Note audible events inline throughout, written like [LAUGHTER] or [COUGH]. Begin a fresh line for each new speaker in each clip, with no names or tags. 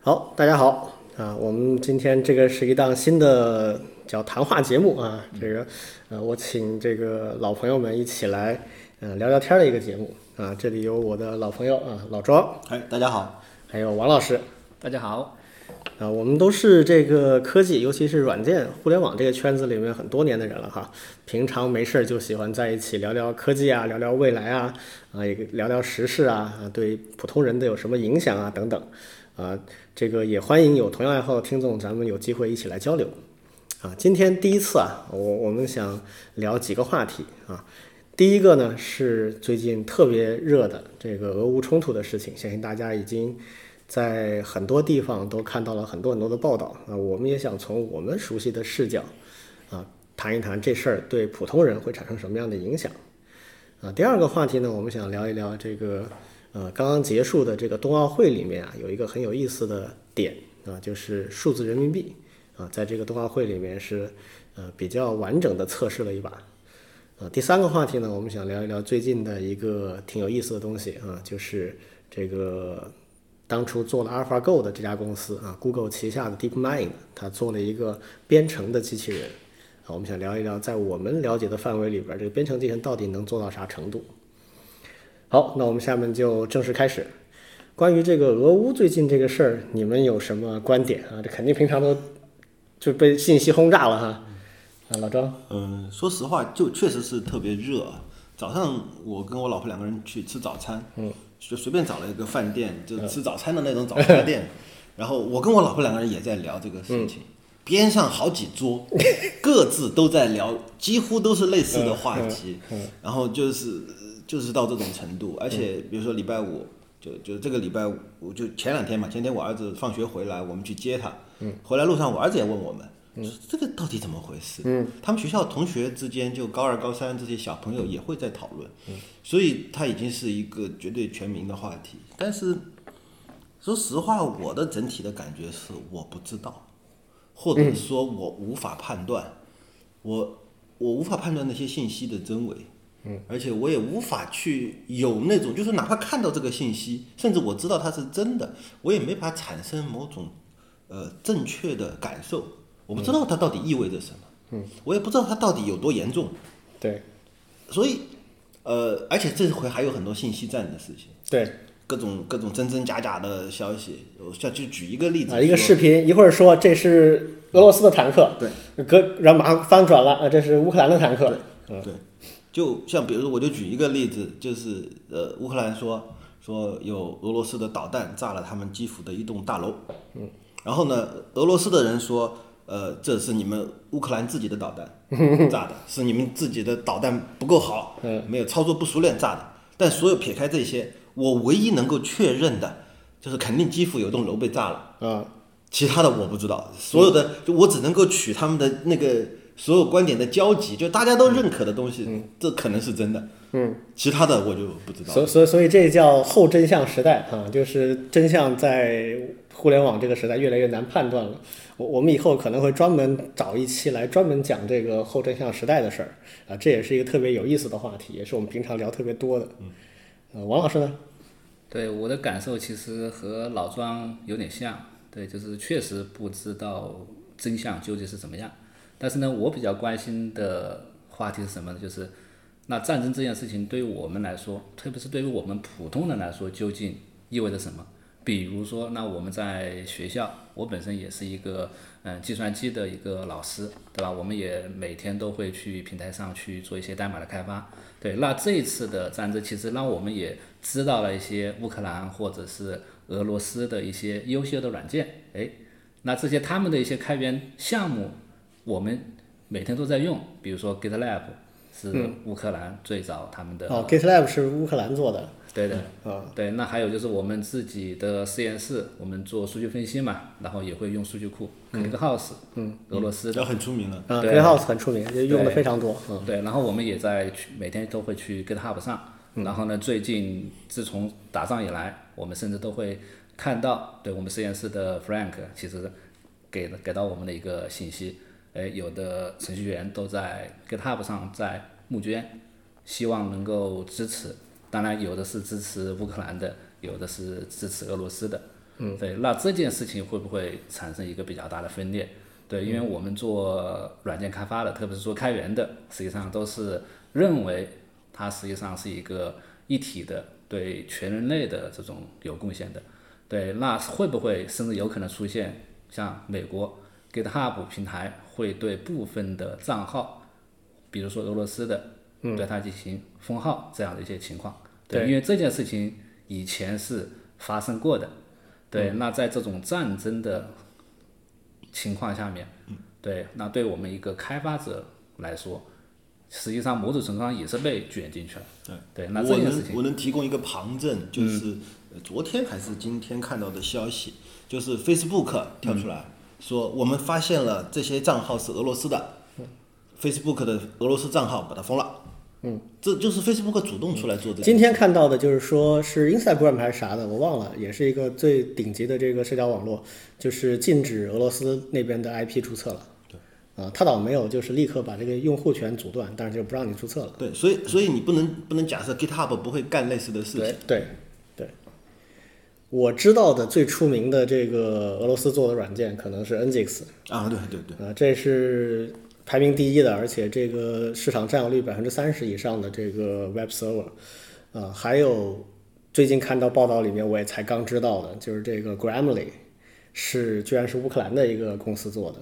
好，大家好啊！我们今天这个是一档新的叫谈话节目啊，这个呃，我请这个老朋友们一起来嗯、呃聊聊天儿的一个节目啊。这里有我的老朋友啊，老庄，
哎，大家好，
还有王老师
大家好，
啊，我们都是这个科技，尤其是软件、互联网这个圈子里面很多年的人了哈。平常没事儿就喜欢在一起聊聊科技啊，聊聊未来啊，啊，也聊聊时事啊，啊，对普通人的有什么影响啊等等。啊，这个也欢迎有同样爱好的听众，咱们有机会一起来交流。啊，今天第一次啊，我我们想聊几个话题啊。第一个呢是最近特别热的这个俄乌冲突的事情，相信大家已经在很多地方都看到了很多很多的报道啊。我们也想从我们熟悉的视角啊，谈一谈这事儿对普通人会产生什么样的影响啊。第二个话题呢，我们想聊一聊这个呃刚刚结束的这个冬奥会里面啊，有一个很有意思的点啊，就是数字人民币啊，在这个冬奥会里面是呃比较完整的测试了一把。啊，第三个话题呢，我们想聊一聊最近的一个挺有意思的东西啊，就是这个当初做了 AlphaGo 的这家公司啊，Google 旗下的 DeepMind，它做了一个编程的机器人啊，我们想聊一聊在我们了解的范围里边儿，这个编程机器人到底能做到啥程度？好，那我们下面就正式开始。关于这个俄乌最近这个事儿，你们有什么观点啊？这肯定平常都就被信息轰炸了哈。啊，老张，
嗯，说实话，就确实是特别热。啊早上我跟我老婆两个人去吃早餐，嗯，就随便找了一个饭店，就
嗯
吃早餐的那种早餐店。然后我跟我老婆两个人也在聊这个事情，边上好几桌，各自都在聊，几乎都是类似的话题。然后就是就是到这种程度，而且比如说礼拜五。就就这个礼拜五，我就前两天嘛，前天我儿子放学回来，我们去接他，回来路上我儿子也问我们，说这个到底怎么回事？他们学校同学之间，就高二、高三这些小朋友也会在讨论，所以它已经是一个绝对全民的话题。但是说实话，我的整体的感觉是我不知道，或者说我无法判断，我我无法判断那些信息的真伪。而且我也无法去有那种，就是哪怕看到这个信息，甚至我知道它是真的，我也没法产生某种呃正确的感受。我不知道它到底意味着什么，嗯，我也不知道它到底有多严重。
对
所以，呃，而且这回还有很多信息战的事情，
对，
各种各种真真假假的消息。我像就举一个例子
啊，一个
说
视频，一会儿说这是俄罗斯的坦克，对，隔然后马上翻转了，啊，这是乌克兰的坦克，啊
对，就像比如说，我就举一个例子，就是呃，乌克兰说说有俄罗斯的导弹炸了他们基辅的一栋大楼，嗯，然后呢，俄罗斯的人说，呃，这是你们乌克兰自己的导
[LAUGHS]
弹炸的，是你们自己的导弹不够好，嗯，没有操作不熟练炸的。但所有撇开这些，我唯一能够确认的就是肯定基辅有栋楼被炸了。
啊，
其他的我不知道，所有
嗯
的就我只能够取他们的那个所有观点的交集，就大家都认可的东西，
嗯
这可能是真的。嗯，其他的我就不知道。
所所以所以这叫后真相时代啊，就是真相在互联网这个时代越来越难判断了。我我们以后可能会专门找一期来专门讲这个后真相时代的事儿啊，这也是一个特别有意思的话题，也是我们平常聊特别多的。
嗯
呃，王老师呢？
对我的感受其实和老庄有点像，对，就是确实不知道真相究竟是怎么样。但是呢，我比较关心的话题是什么呢？就是那战争这件事情对于我们来说，特别是对于我们普通人来说，究竟意味着什么？比如说，那我们在学校，我本身也是一个嗯计算机的一个老师，对吧？我们也每天都会去平台上去做一些代码的开发。对，那这一次的战争，其实让我们也知道了一些乌克兰或者是俄罗斯的一些优秀的软件。诶，那这些他们的一些开源项目，我们每天都在用，比如说 GitLab 是乌克兰最早
嗯
他们的
哦，GitLab 是乌克兰做的，
对的，
啊
对。那还有就是我们自己的实验室，我们做数据分析嘛，然后也会用数据库 ClickHouse，嗯，俄罗斯的
这很出名了。
啊
对
，GitHub 很出名，就用的
对
非常多。嗯
对，然后我们也在去每天都会去 GitHub 上，然后呢，最近自从打仗以来，我们甚至都会看到，对我们实验室的 Frank 其实给了给到我们的一个信息，哎，有的程序员都在 GitHub 上在募捐，希望能够支持，当然有的是支持乌克兰的，有的是支持俄罗斯的，嗯，对，那这件事情会不会产生一个比较大的分裂？对，因为我们做软件开发的，特别是做开源的，实际上都是认为它实际上是一个一体的，对全人类的这种有贡献的。对，那会不会甚至有可能出现像美国 GitHub 平台会对部分的账号，比如说俄罗斯的，对它进行封号这样的一些情况？
对
因为这件事情以前是发生过的。对，
嗯
那在这种战争的情况下面，
嗯
对，那对我们一个开发者来说，实际上某种程度上也是被卷进去了。对，那这
我
件事
能
情，嗯
我能提供一个旁证，就是呃昨天还是今天看到的消息，就是 Facebook 跳出
嗯
来说我们发现了这些账号是俄罗斯的，Facebook 的俄罗斯账号把它封了。嗯，这就是 Facebook 主动出来做这个。
今天看到的就是说是 Instagram 还是啥的，我忘了，也是一个最顶级的这个社交网络，就是禁止俄罗斯那边的 IP 注册了。对，啊，他倒没有就是立刻把这个用户权阻断，但是就不让你注册了。
对，所以所以你不能不能假设 GitHub 不会干类似的事情
对。
对，对，我知道的最出名的这个俄罗斯做的软件可能是 Nginx，
啊，对对对，
啊，这是排名第一的，而且这个市场占有率百分之三十以上的这个 Web Server，啊，还有最近看到报道里面，我也才刚知道的，就是这个 Grammarly 是居然是乌克兰的一个公司做的。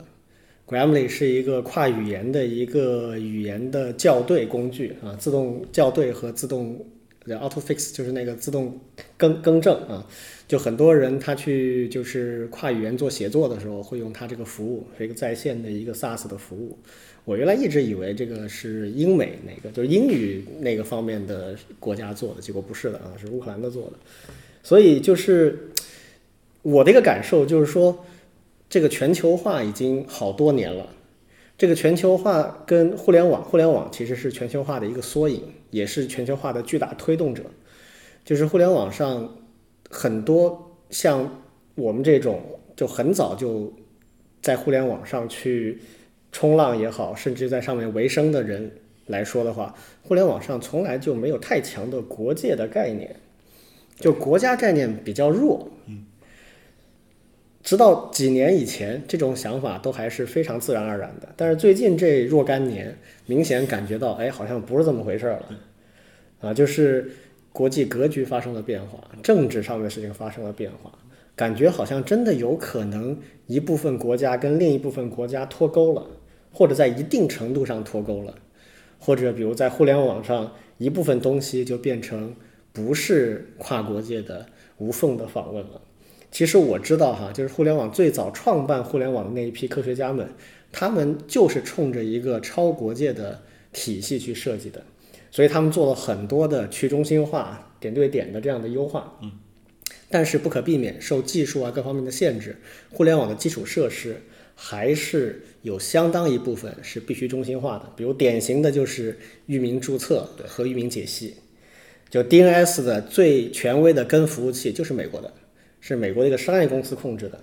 Grammarly 是一个跨语言的一个语言的校对工具啊，自动校对和自动 autofix 就是那个自动更更正啊，就很多人他去就是跨语言做协作的时候，会用它这个服务，是一个在线的一个 SaaS 的服务。我原来一直以为这个是英美那个，就是英语那个方面的国家做的，结果不是的啊，是乌克兰的做的。所以就是我的一个感受就是说，这个全球化已经好多年了。这个全球化跟互联网，互联网其实是全球化的一个缩影，也是全球化的巨大推动者。就是互联网上很多像我们这种就很早就在互联网上去冲浪也好，甚至在上面维生的人来说的话，互联网上从来就没有太强的国界的概念，就国家概念比较弱。直到几年以前，这种想法都还是非常自然而然的。但是最近这若干年，明显感觉到，哎，好像不是这么回事儿了。啊，就是国际格局发生了变化，政治上面的事情发生了变化，感觉好像真的有可能一部分国家跟另一部分国家脱钩了，或者在一定程度上脱钩了，或者比如在互联网上一部分东西就变成不是跨国界的无缝的访问了。其实我知道哈，就是互联网最早创办互联网的那一批科学家们，他们就是冲着一个超国界的体系去设计的。所以他们做了很多的去中心化、点对点的这样的优化。嗯，但是不可避免，受技术啊各方面的限制，互联网的基础设施还是有相当一部分是必须中心化的。比如典型的就是域名注册和域名解析。就 DNS 的最权威的根服务器就是美国的，是美国的一个商业公司控制的。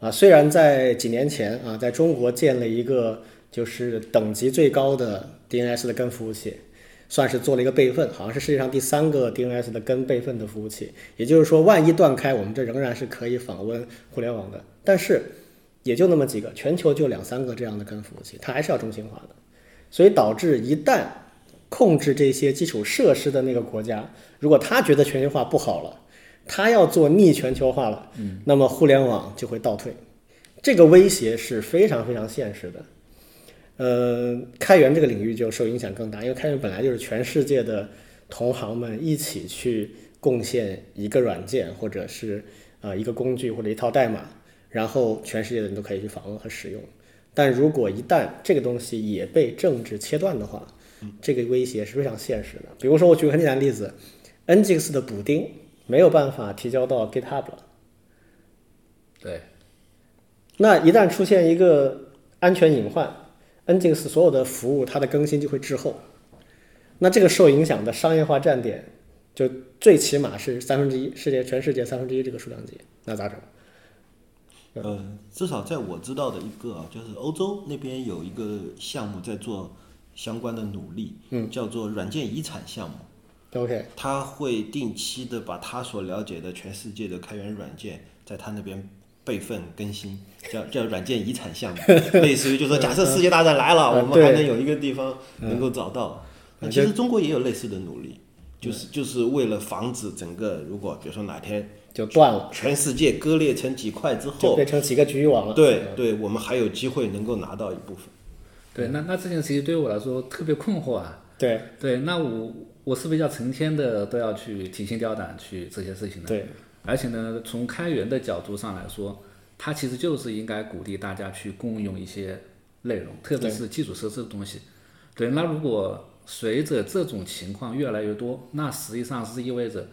啊，虽然在几年前啊，在中国建了一个就是等级最高的 DNS 的根服务器，算是做了一个备份，好像是世界上第三个 DNS 的根备份的服务器。也就是说，万一断开，我们这仍然是可以访问互联网的。但是也就那么几个，全球就两三个这样的根服务器，它还是要中心化的。所以导致一旦控制这些基础设施的那个国家，如果他觉得全球化不好了，他要做逆全球化了，那么互联网就会倒退。这个威胁是非常非常现实的。呃，开源这个领域就受影响更大，因为开源本来就是全世界的同行们一起去贡献一个软件或者是呃一个工具或者一套代码，然后全世界的人都可以去访问和使用。但如果一旦这个东西也被政治切断的话，这个威胁是非常现实的。比如说，我举个很简单的例子，Nginx 的补丁没有办法提交到 GitHub 了。
对，
那一旦出现一个安全隐患，Nginx 所有的服务它的更新就会滞后。那这个受影响的商业化站点，就最起码是三分之一，世界全世界三分之一这个数量级，那咋整？
呃，至少在我知道的一个啊，就是欧洲那边有一个项目在做相关的努力，嗯，叫做软件遗产项目。
OK，
他会定期的把他所了解的全世界的开源软件在他那边备份更新，叫叫软件遗
[LAUGHS]
产项目，类似于就是说，假设世界大战来了，
嗯
我们
对
还能有一个地方能够找到。那
嗯
其实中国也有类似的努力，就是就是为了防止整个如果比如说哪天
就断了，
全世界割裂成几块之
就
后，
变成几个局域网了。
对对，我们还有机会能够拿到一部分。
对，那那这件事情对于我来说特别困惑啊。
对
对，那我我是不是要成天的都要去提心吊胆去这些事情呢？
对
而且呢，从开源的角度上来说，它其实就是应该鼓励大家去共用一些内容，特别是基础设施的东西。对，那如果随着这种情况越来越多，那实际上是意味着，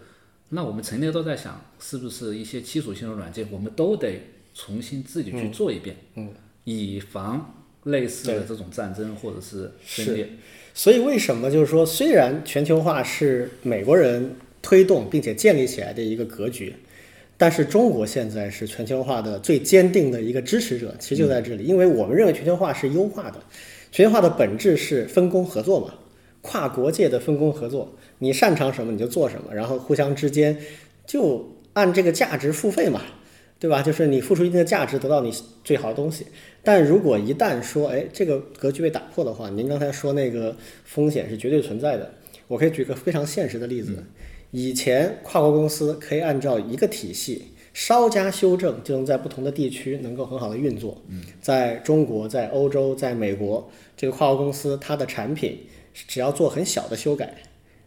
那我们成天都在想，是不是一些基础性的软件，我们都得重新自己去做一遍，嗯，以防类似的这种战争或者是分裂。
所以为什么就是说，虽然全球化是美国人推动并且建立起来的一个格局，但是中国现在是全球化的最坚定的一个支持者，其实就在这里，因为我们认为全球化是优化的，全球化的本质是分工合作嘛，跨国界的分工合作，你擅长什么你就做什么，然后互相之间就按这个价值付费嘛。对吧？就是你付出一定的价值，得到你最好的东西。但如果一旦说，哎，这个格局被打破的话，您刚才说那个风险是绝对存在的。我可以举个非常现实的例子，以前跨国公司可以按照一个体系，稍加修正就能在不同的地区能够很好的运作。在中国、在欧洲、在美国，这个跨国公司它的产品只要做很小的修改，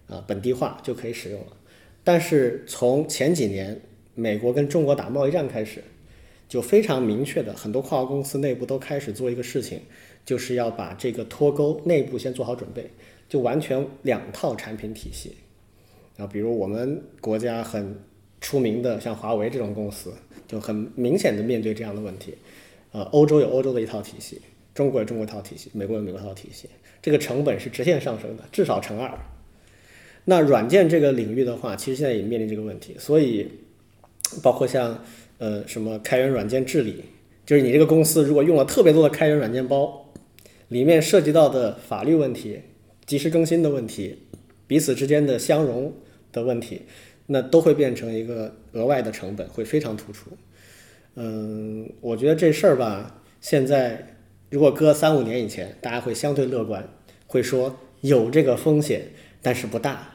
啊、本地化就可以使用了。但是从前几年美国跟中国打贸易战开始，就非常明确的，很多跨国公司内部都开始做一个事情，就是要把这个脱钩内部先做好准备，就完全两套产品体系。啊，比如我们国家很出名的，像华为这种公司，就很明显的面对这样的问题。呃，欧洲有欧洲的一套体系，中国有中国一套体系，美国有美国一套体系，这个成本是直线上升的，至少乘二。那软件这个领域的话，其实现在也面临这个问题，所以包括像呃什么开源软件治理，就是你这个公司如果用了特别多的开源软件包，里面涉及到的法律问题、及时更新的问题、彼此之间的相容的问题，那都会变成一个额外的成本，会非常突出。嗯，我觉得这事儿吧，现在如果搁三五年以前，大家会相对乐观，会说有这个风险，但是不大。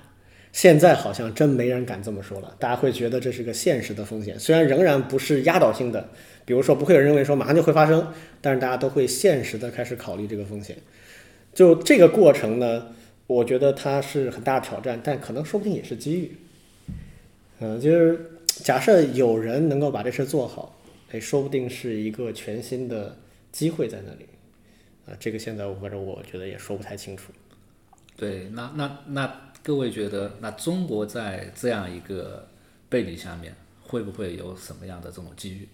现在好像真没人敢这么说了，大家会觉得这是个现实的风险，虽然仍然不是压倒性的，比如说不会有人认为说马上就会发生，但是大家都会现实的开始考虑这个风险。就这个过程呢，我觉得它是很大的挑战，但可能说不定也是机遇。嗯，就是假设有人能够把这事做好，哎，说不定是一个全新的机会在那里。啊，这个现在我反正我觉得也说不太清楚。
对，那那那各位觉得，那中国在这样一个背景下面，会不会有什么样的这种机遇？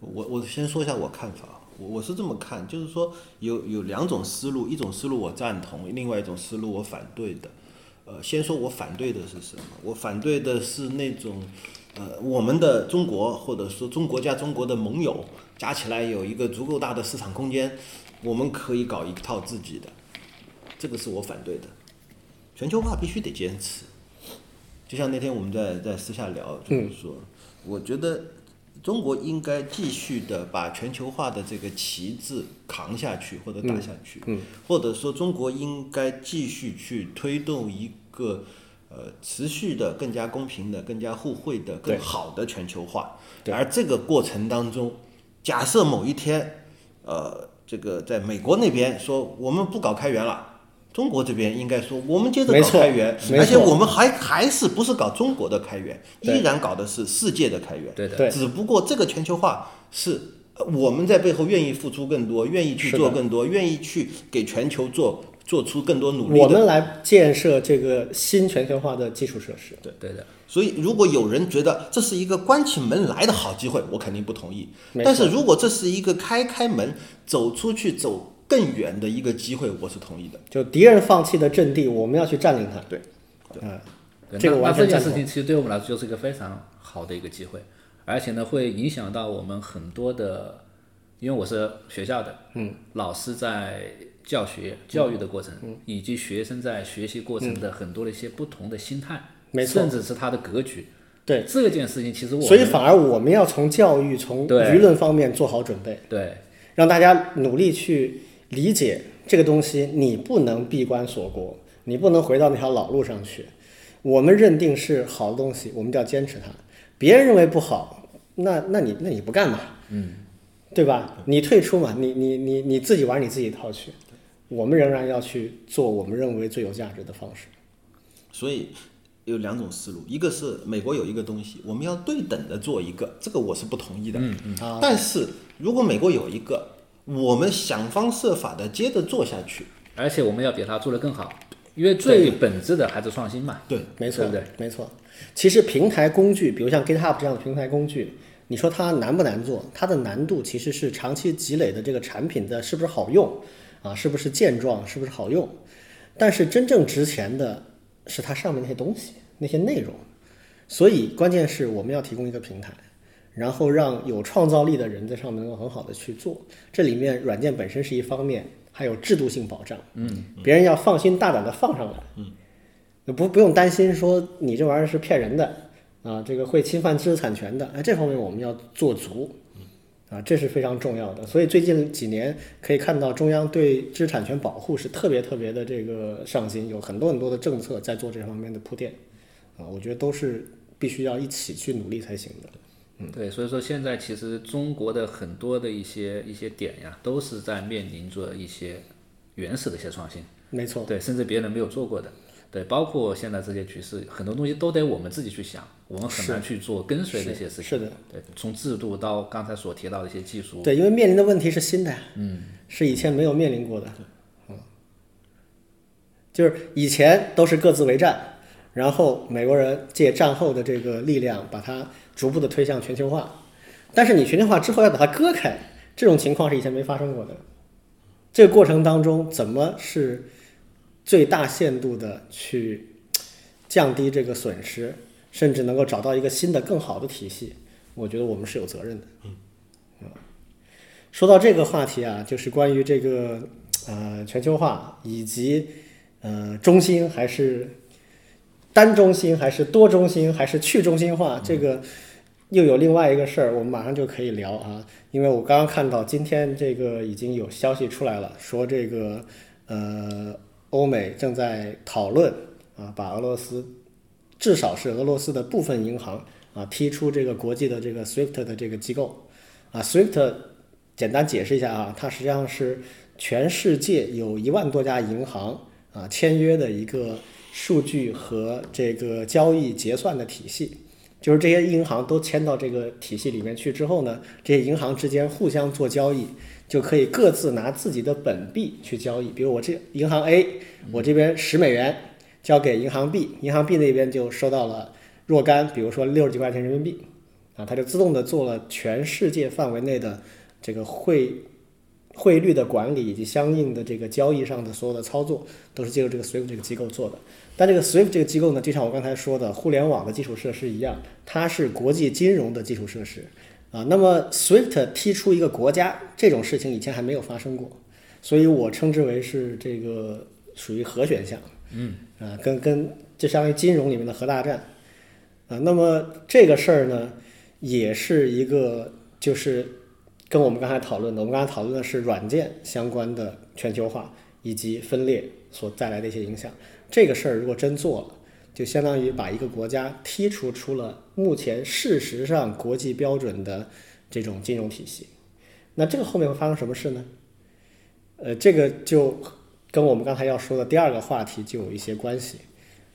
我我先说一下我看法，啊我我是这么看，就是说有有两种思路，一种思路我赞同，另外一种思路我反对的。呃，先说我反对的是什么？我反对的是那种，呃，我们的中国或者说中国加中国的盟友加起来有一个足够大的市场空间，我们可以搞一套自己的，这个是我反对的。全球化必须得坚持，就像那天我们在在私下聊，
嗯
就是说，我觉得中国应该继续的把全球化的这个旗帜扛下去或者
嗯
打下去，或者说中国应该继续去推动一个呃持续的、更加公平的、更加互惠的、
对
更好的全球化。而这个过程当中，假设某一天，呃，这个在美国那边说我们不搞开源了。中国这边应该说，我们接着
没
搞
错
开源，
没
而且
错
我们还还是不是搞中国的开源，
对
依然搞的是世界的开源。
对的
对
只不过这个全球化是呃我们在背后愿意付出更多，愿意去
是的
做更多，愿意去给全球做做出更多努力
我
的。
们来建设这个新全球化的基础设施。
对对的，
所以，如果有人觉得这是一个关起门来的好机会，我肯定不同意
没。错
但是如果这是一个开开门走出去走更远的一个机会，我是同意的。
就敌人放弃的阵地，我们要去占领它。
对，
嗯，
对
这个
那
完
那这
全
件
赞
事
同。
情其实对我们来说就是一个非常好的一个机会，而且呢会影响到我们很多的，因为我是学校的，嗯，老师在教学教育的过程，
嗯
以及学生在学习过程的很多的一些不同的心态，
没错
甚至是他的格局，
对
这件事情，其实我
所以
们
反而我们要从教育、从
对
舆论方面做好准备，
对
让大家努力去理解这个东西。你不能闭关锁国，你不能回到那条老路上去。我们认定是好的东西，我们就要坚持它。别人认为不好，那那你那你不干嘛？嗯，对吧？你退出嘛，你你你你自己玩你自己套去。我们仍然要去做我们认为最有价值的方式。
所以有两种思路，一个是美国有一个东西，我们要对等的做一个，这个我是不同意的。嗯嗯
啊
但是如果美国有一个，我们想方设法的接着做下去，
而且我们要比它做得更好，因为最本质的还是创新嘛。
对
没错，
对不对
没错。其实平台工具，比如像 GitHub 这样的平台工具，你说它难不难做？它的难度其实是长期积累的这个产品的是不是好用啊，是不是健壮，是不是好用？但是真正值钱的是它上面那些东西，那些内容。所以关键是我们要提供一个平台，然后让有创造力的人在上面能够很好的去做。这里面软件本身是一方面，还有制度性保障，嗯，别人要放心大胆的放上来，嗯，不不用担心说你这玩意儿是骗人的啊，这个会侵犯知识产权的，哎，这方面我们要做足。啊，这是非常重要的，所以最近几年可以看到中央对知识产权保护是特别特别的这个上心，有很多很多的政策在做这方面的铺垫。啊，我觉得都是必须要一起去努力才行的。嗯
对，所以说现在其实中国的很多的一些一些点呀，都是在面临着一些原始的一些创新，
没错，
对，甚至别人没有做过的，对，包括现在这些局势，很多东西都得我们自己去想，我们很难去做跟随的一些事情。
是的，
对，从制度到刚才所提到的一些技术，
对，因为面临的问题是新的，嗯，是以前没有面临过的，嗯，就是以前都是各自为战，然后美国人借战后的这个力量，把它逐步的推向全球化，但是你全球化之后要把它割开，这种情况是以前没发生过的。这个过程当中，怎么是最大限度的去降低这个损失，甚至能够找到一个新的更好的体系？我觉得我们是有责任的。说到这个话题啊，就是关于这个呃全球化以及呃中心还是单中心还是多中心还是去中心化，这个又有另外一个事儿，我们马上就可以聊啊，因为我刚刚看到今天这个已经有消息出来了，说这个呃欧美正在讨论啊，把俄罗斯至少是俄罗斯的部分银行啊踢出这个国际的这个 SWIFT 的这个机构啊，SWIFT 简单解释一下啊，它实际上是全世界有一万多家银行啊签约的一个数据和这个交易结算的体系。就是这些银行都签到这个体系里面去之后呢，这些银行之间互相做交易，就可以各自拿自己的本币去交易。比如我这银行 A，我这边十美元交给银行 B，银行 B 那边就收到了若干，比如说六十几块钱人民币，啊，它就自动的做了全世界范围内的这个汇汇率的管理以及相应的这个交易上的所有的操作，都是借助这个 SWIFT 这个机构做的。但这个 SWIFT 这个机构呢，就像我刚才说的，互联网的基础设施一样，它是国际金融的基础设施啊。那么 SWIFT 踢出一个国家这种事情以前还没有发生过，所以我称之为是这个属于核选项，嗯啊，跟跟就相当于金融里面的核大战啊。那么这个事儿呢，也是一个就是跟我们刚才讨论的，我们刚才讨论的是软件相关的全球化以及分裂所带来的一些影响。这个事儿如果真做了，就相当于把一个国家剔除出了目前事实上国际标准的这种金融体系。那这个后面会发生什么事呢？呃，这个就跟我们刚才要说的第二个话题就有一些关系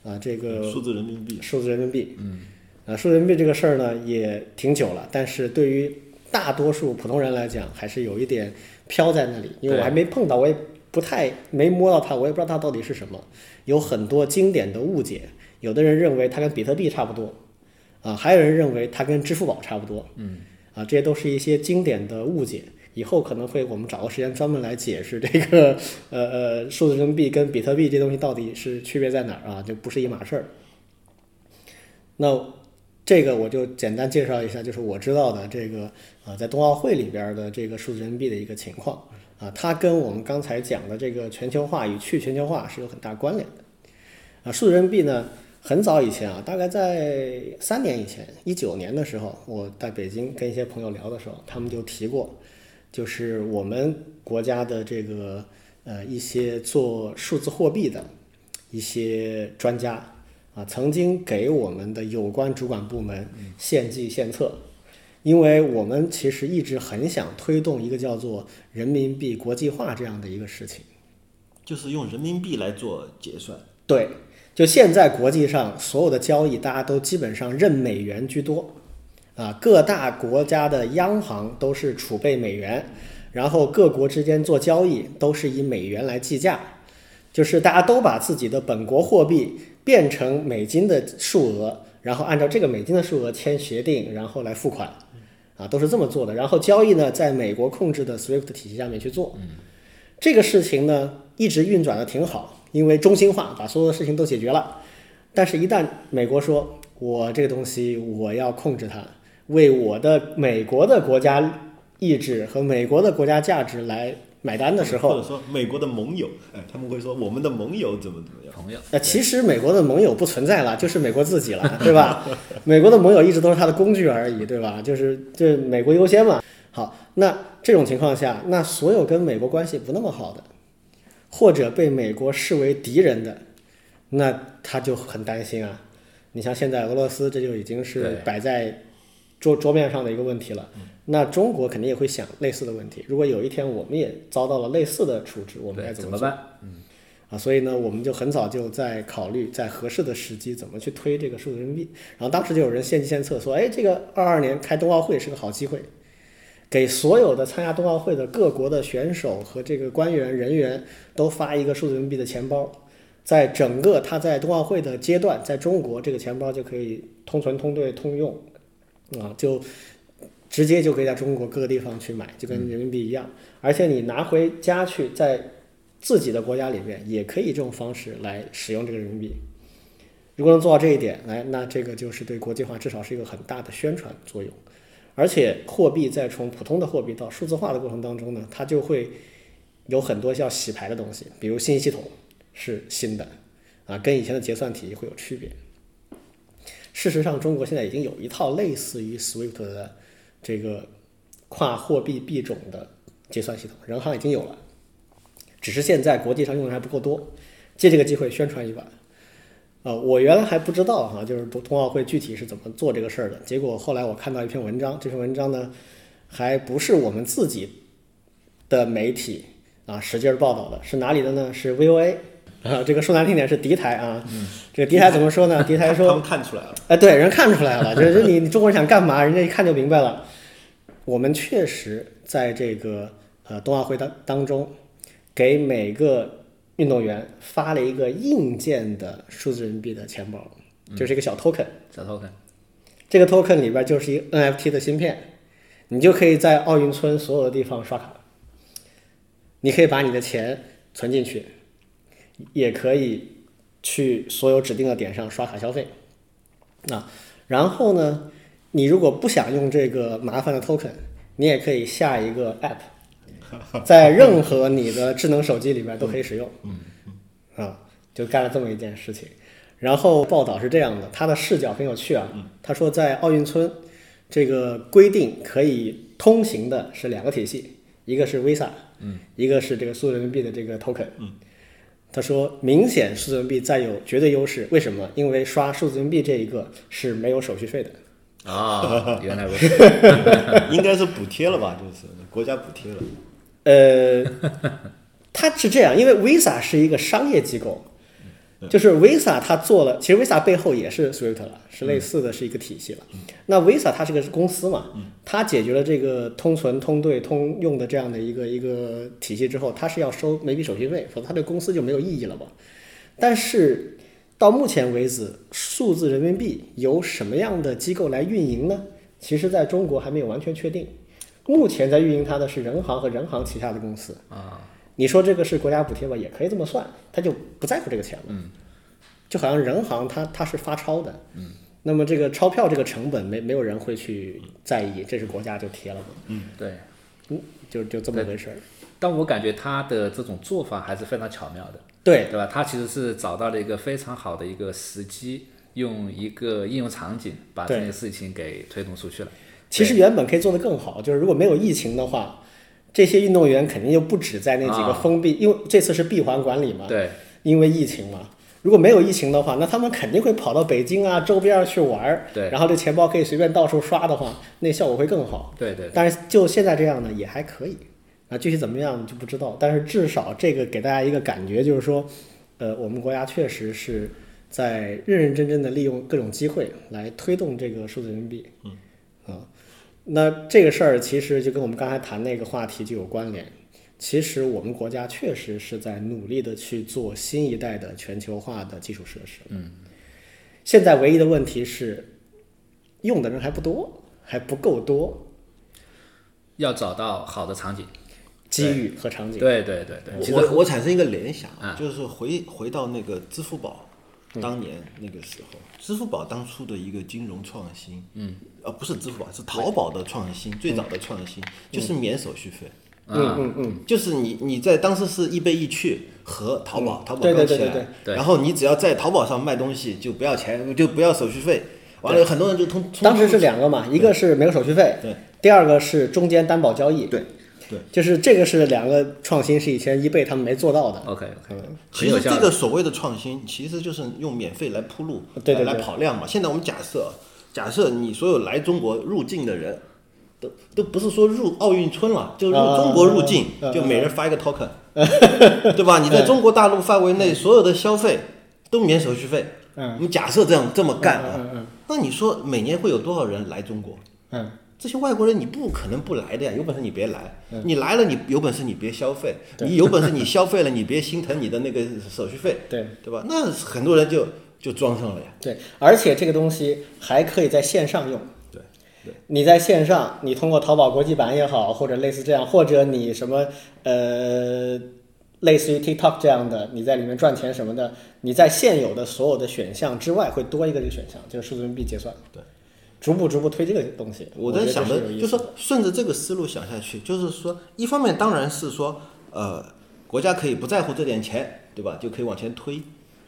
啊。这个
数字人民币，
数字人民币。嗯，啊，数字人民币这个事儿呢也挺久了，但是对于大多数普通人来讲，还是有一点飘在那里，因为我
对
还没碰到，我也不太没摸到它，我也不知道它到底是什么。有很多经典的误解，有的人认为它跟比特币差不多，啊，还有人认为它跟支付宝差不多，嗯，啊，这些都是一些经典的误解。以后可能会我们找个时间专门来解释这个呃呃数字人民币跟比特币这东西到底是区别在哪儿啊，就不是一码事儿。那这个我就简单介绍一下，就是我知道的这个啊，在冬奥会里边的这个数字人民币的一个情况啊，它跟我们刚才讲的这个全球化与去全球化是有很大关联的啊。数字人民币呢，很早以前啊，大概在三年以前，一九年的时候，我在北京跟一些朋友聊的时候，他们就提过，就是我们国家的这个呃一些做数字货币的一些专家啊，曾经给我们的有关主管部门献计献策。因为我们其实一直很想推动一个叫做人民币国际化这样的一个事情。
就是用人民币来做结算。
对，就现在国际上所有的交易，大家都基本上认美元居多，啊，各大国家的央行都是储备美元，然后各国之间做交易都是以美元来计价，就是大家都把自己的本国货币变成美金的数额，然后按照这个美金的数额签协定，然后来付款，啊，都是这么做的。然后交易呢，在美国控制的 SWIFT 体系下面去做，这个事情呢一直运转的挺好，因为中心化把所有的事情都解决了。但是，一旦美国说我这个东西我要控制它，为我的美国的国家意志和美国的国家价值来买单的时候
或，者说美国的盟友，哎，他们会说我们的盟友怎么怎么样。
朋友，
那其实美国的盟友不存在了， [LAUGHS] 就是美国自己了，对
[LAUGHS]
吧？美国的盟友一直都是他的工具而已，对吧？就是就是美国优先嘛。好，那这种情况下，那所有跟美国关系不那么好的，或者被美国视为敌人的，那他就很担心啊。你像现在俄罗斯，这就已经
对
是摆在桌桌面上的一个问题了。那中国肯定也会想类似的问题。如果有一天我们也遭到了类似的处置，我们该
对
怎
怎
么
么
办？
办？
啊，所以呢，我们就很早就在考虑，在合适的时机怎么去推这个数字人民币。然后当时就有人献计献策说，哎，这个二二年开冬奥会是个好机会，给所有的参加冬奥会的各国的选手和这个官员人员都发一个数字人民币的钱包，在整个他在冬奥会的阶段，在中国这个钱包就可以通存、通兑、通用，啊，就直接就可以在中国各个地方去买，就跟人民币一样。而且你拿回家去，在自己的国家里面也可以这种方式来使用这个人民币。如果能做到这一点，来，那这个就是对国际化至少是一个很大的宣传作用。而且货币在从普通的货币到数字化的过程当中呢，它就会有很多要洗牌的东西，比如信息系统是新的啊，跟以前的结算体系会有区别。事实上，中国现在已经有一套类似于 SWIFT 的这个跨货币币种的结算系统，人行已经有了。只是现在国际上用的还不够多，借这个机会宣传一把。呃，我原来还不知道哈、就是冬冬奥会具体是怎么做这个事儿的。结果后来我看到一篇文章，这篇文章呢，还不是我们自己的媒体啊使劲儿报道的，是哪里的呢？是 VOA 啊，这个说难听点是敌台啊。这个敌台怎么说
[LAUGHS]
呢？敌台说
他们看出来了，
哎，对，人看出来了，就是你你中国人想干嘛，人家一看就明白了。我们确实在这个呃冬奥会当当中，给每个运动员发了一个硬件的数字人民币的钱包，就是一个小 token。
小 token，
这个 token 里边就是一个 NFT 的芯片，你就可以在奥运村所有的地方刷卡。你可以把你的钱存进去，也可以去所有指定的点上刷卡消费。啊，然后呢，你如果不想用这个麻烦的 token，你也可以下一个 app，在任何你的智能手机里边都可以使用。啊，就干了这么一件事情。然后报道是这样的，他的视角很有趣啊。他说，在奥运村，这个规定可以通行的是两个体系，一个是 Visa，嗯，一个是这个数字人民币的这个 token，嗯。他说，明显数字人民币占有绝对优势，为什么？因为刷数字人民币这一个是没有手续费的。
啊，原来如
[LAUGHS]
此，
应该是补贴了吧？就是国家补贴了。
呃，它是这样，因为 Visa 是一个商业机构，就是 Visa 它做了，其实 Visa 背后也是 SWIFT 了，是类似的是一个体系了。那 Visa 它是个公司嘛，它解决了这个通存、通兑、通用的这样的一个一个体系之后，它是要收每笔手续费，否则它对公司就没有意义了嘛。但是到目前为止，数字人民币由什么样的机构来运营呢？其实在中国还没有完全确定。目前在运营它的是人行和人行旗下的公司啊。你说这个是国家补贴吧，也可以这么算，他就不在乎这个钱了。嗯，就好像人行它它是发钞的，嗯，那么这个钞票这个成本没没有人会去在意，这是国家就贴了嘛，
对。
嗯，就就这么回事儿。
但我感觉他的这种做法还是非常巧妙的，
对
对吧？他其实是找到了一个非常好的一个时机，用一个应用场景把这件事情给推动出去了。
其实原本可以做得更好，就是如果没有疫情的话，这些运动员肯定就不止在那几个
啊
封闭，因为这次是闭环管理嘛，
对，
因为疫情嘛。如果没有疫情的话，那他们肯定会跑到北京啊周边儿去玩儿，
对
然后这钱包可以随便到处刷的话，那效果会更好。
对对，
但是就现在这样呢，也还可以。啊，具体怎么样就不知道。但是至少这个给大家一个感觉，就是说，呃，我们国家确实是在认认真真的利用各种机会来推动这个数字人民币。嗯。啊，那这个事儿其实就跟我们刚才谈那个话题就有关联。其实我们国家确实是在努力的去做新一代的全球化的基础设施。嗯。现在唯一的问题是，用的人还不多，还不够多。
要找到好的场景。
机遇和场景。
对对对对，其
我
实
我我产生一个联想
啊，
就是回回到那个支付宝当年那个时候，支付宝当初的一个金融创新，嗯，呃，不是支付宝，是淘宝的创新，最早的创新就是免手续费，
嗯嗯嗯，
就是你你在当时是易贝易趣和淘宝，淘宝
嗯对对
刚
对
起
对对
来，
对
然后你只要在淘宝上卖东西就不要钱，就不要手续费，完了很多人就通，
当时
通
是两个嘛，一个是没有手续费，
对，
第二个是中间担保交易，
对对，
就是这个是两个创新，是以前一贝他们没做到的。
OK OK，
呃
其
很有
实
效
这
率
个所谓的创新，其实就是用免费来铺路，
对对
来来
对
跑量嘛。现在我们假设，假设你所有来中国入境的人，都都不是说入奥运村了，就入
啊
中国入境，
啊啊嗯啊
就每人发一
[LAUGHS]
个 token，、对吧？你在中国大陆范围内所有的消费都免手续费。
嗯
我们假设这样这么干啊，
嗯嗯嗯
那你说每年会有多少人来中国？
嗯，
这些外国人你不可能不来的呀，有本事你别来，
嗯
你来了你有本事你别消费，你有本事你消费了你别心疼你的那个手续费，
对
对吧？那很多人就就装上了呀，
对，而且这个东西还可以在线上用。
对
你在线上，你通过淘宝国际版也好，或者类似这样，或者你什么呃，类似于 TikTok 这样的，你在里面赚钱什么的，你在现有的所有的选项之外，会多一个这个选项，就是数字人民币结算。
对，
逐步逐步推这个东西。
我
觉
在
得
想
这
的
是有意
就是
思
说顺着这个思路想下去，就是说，一方面当然是说，呃，国家可以不在乎这点钱，对吧？就可以往前推；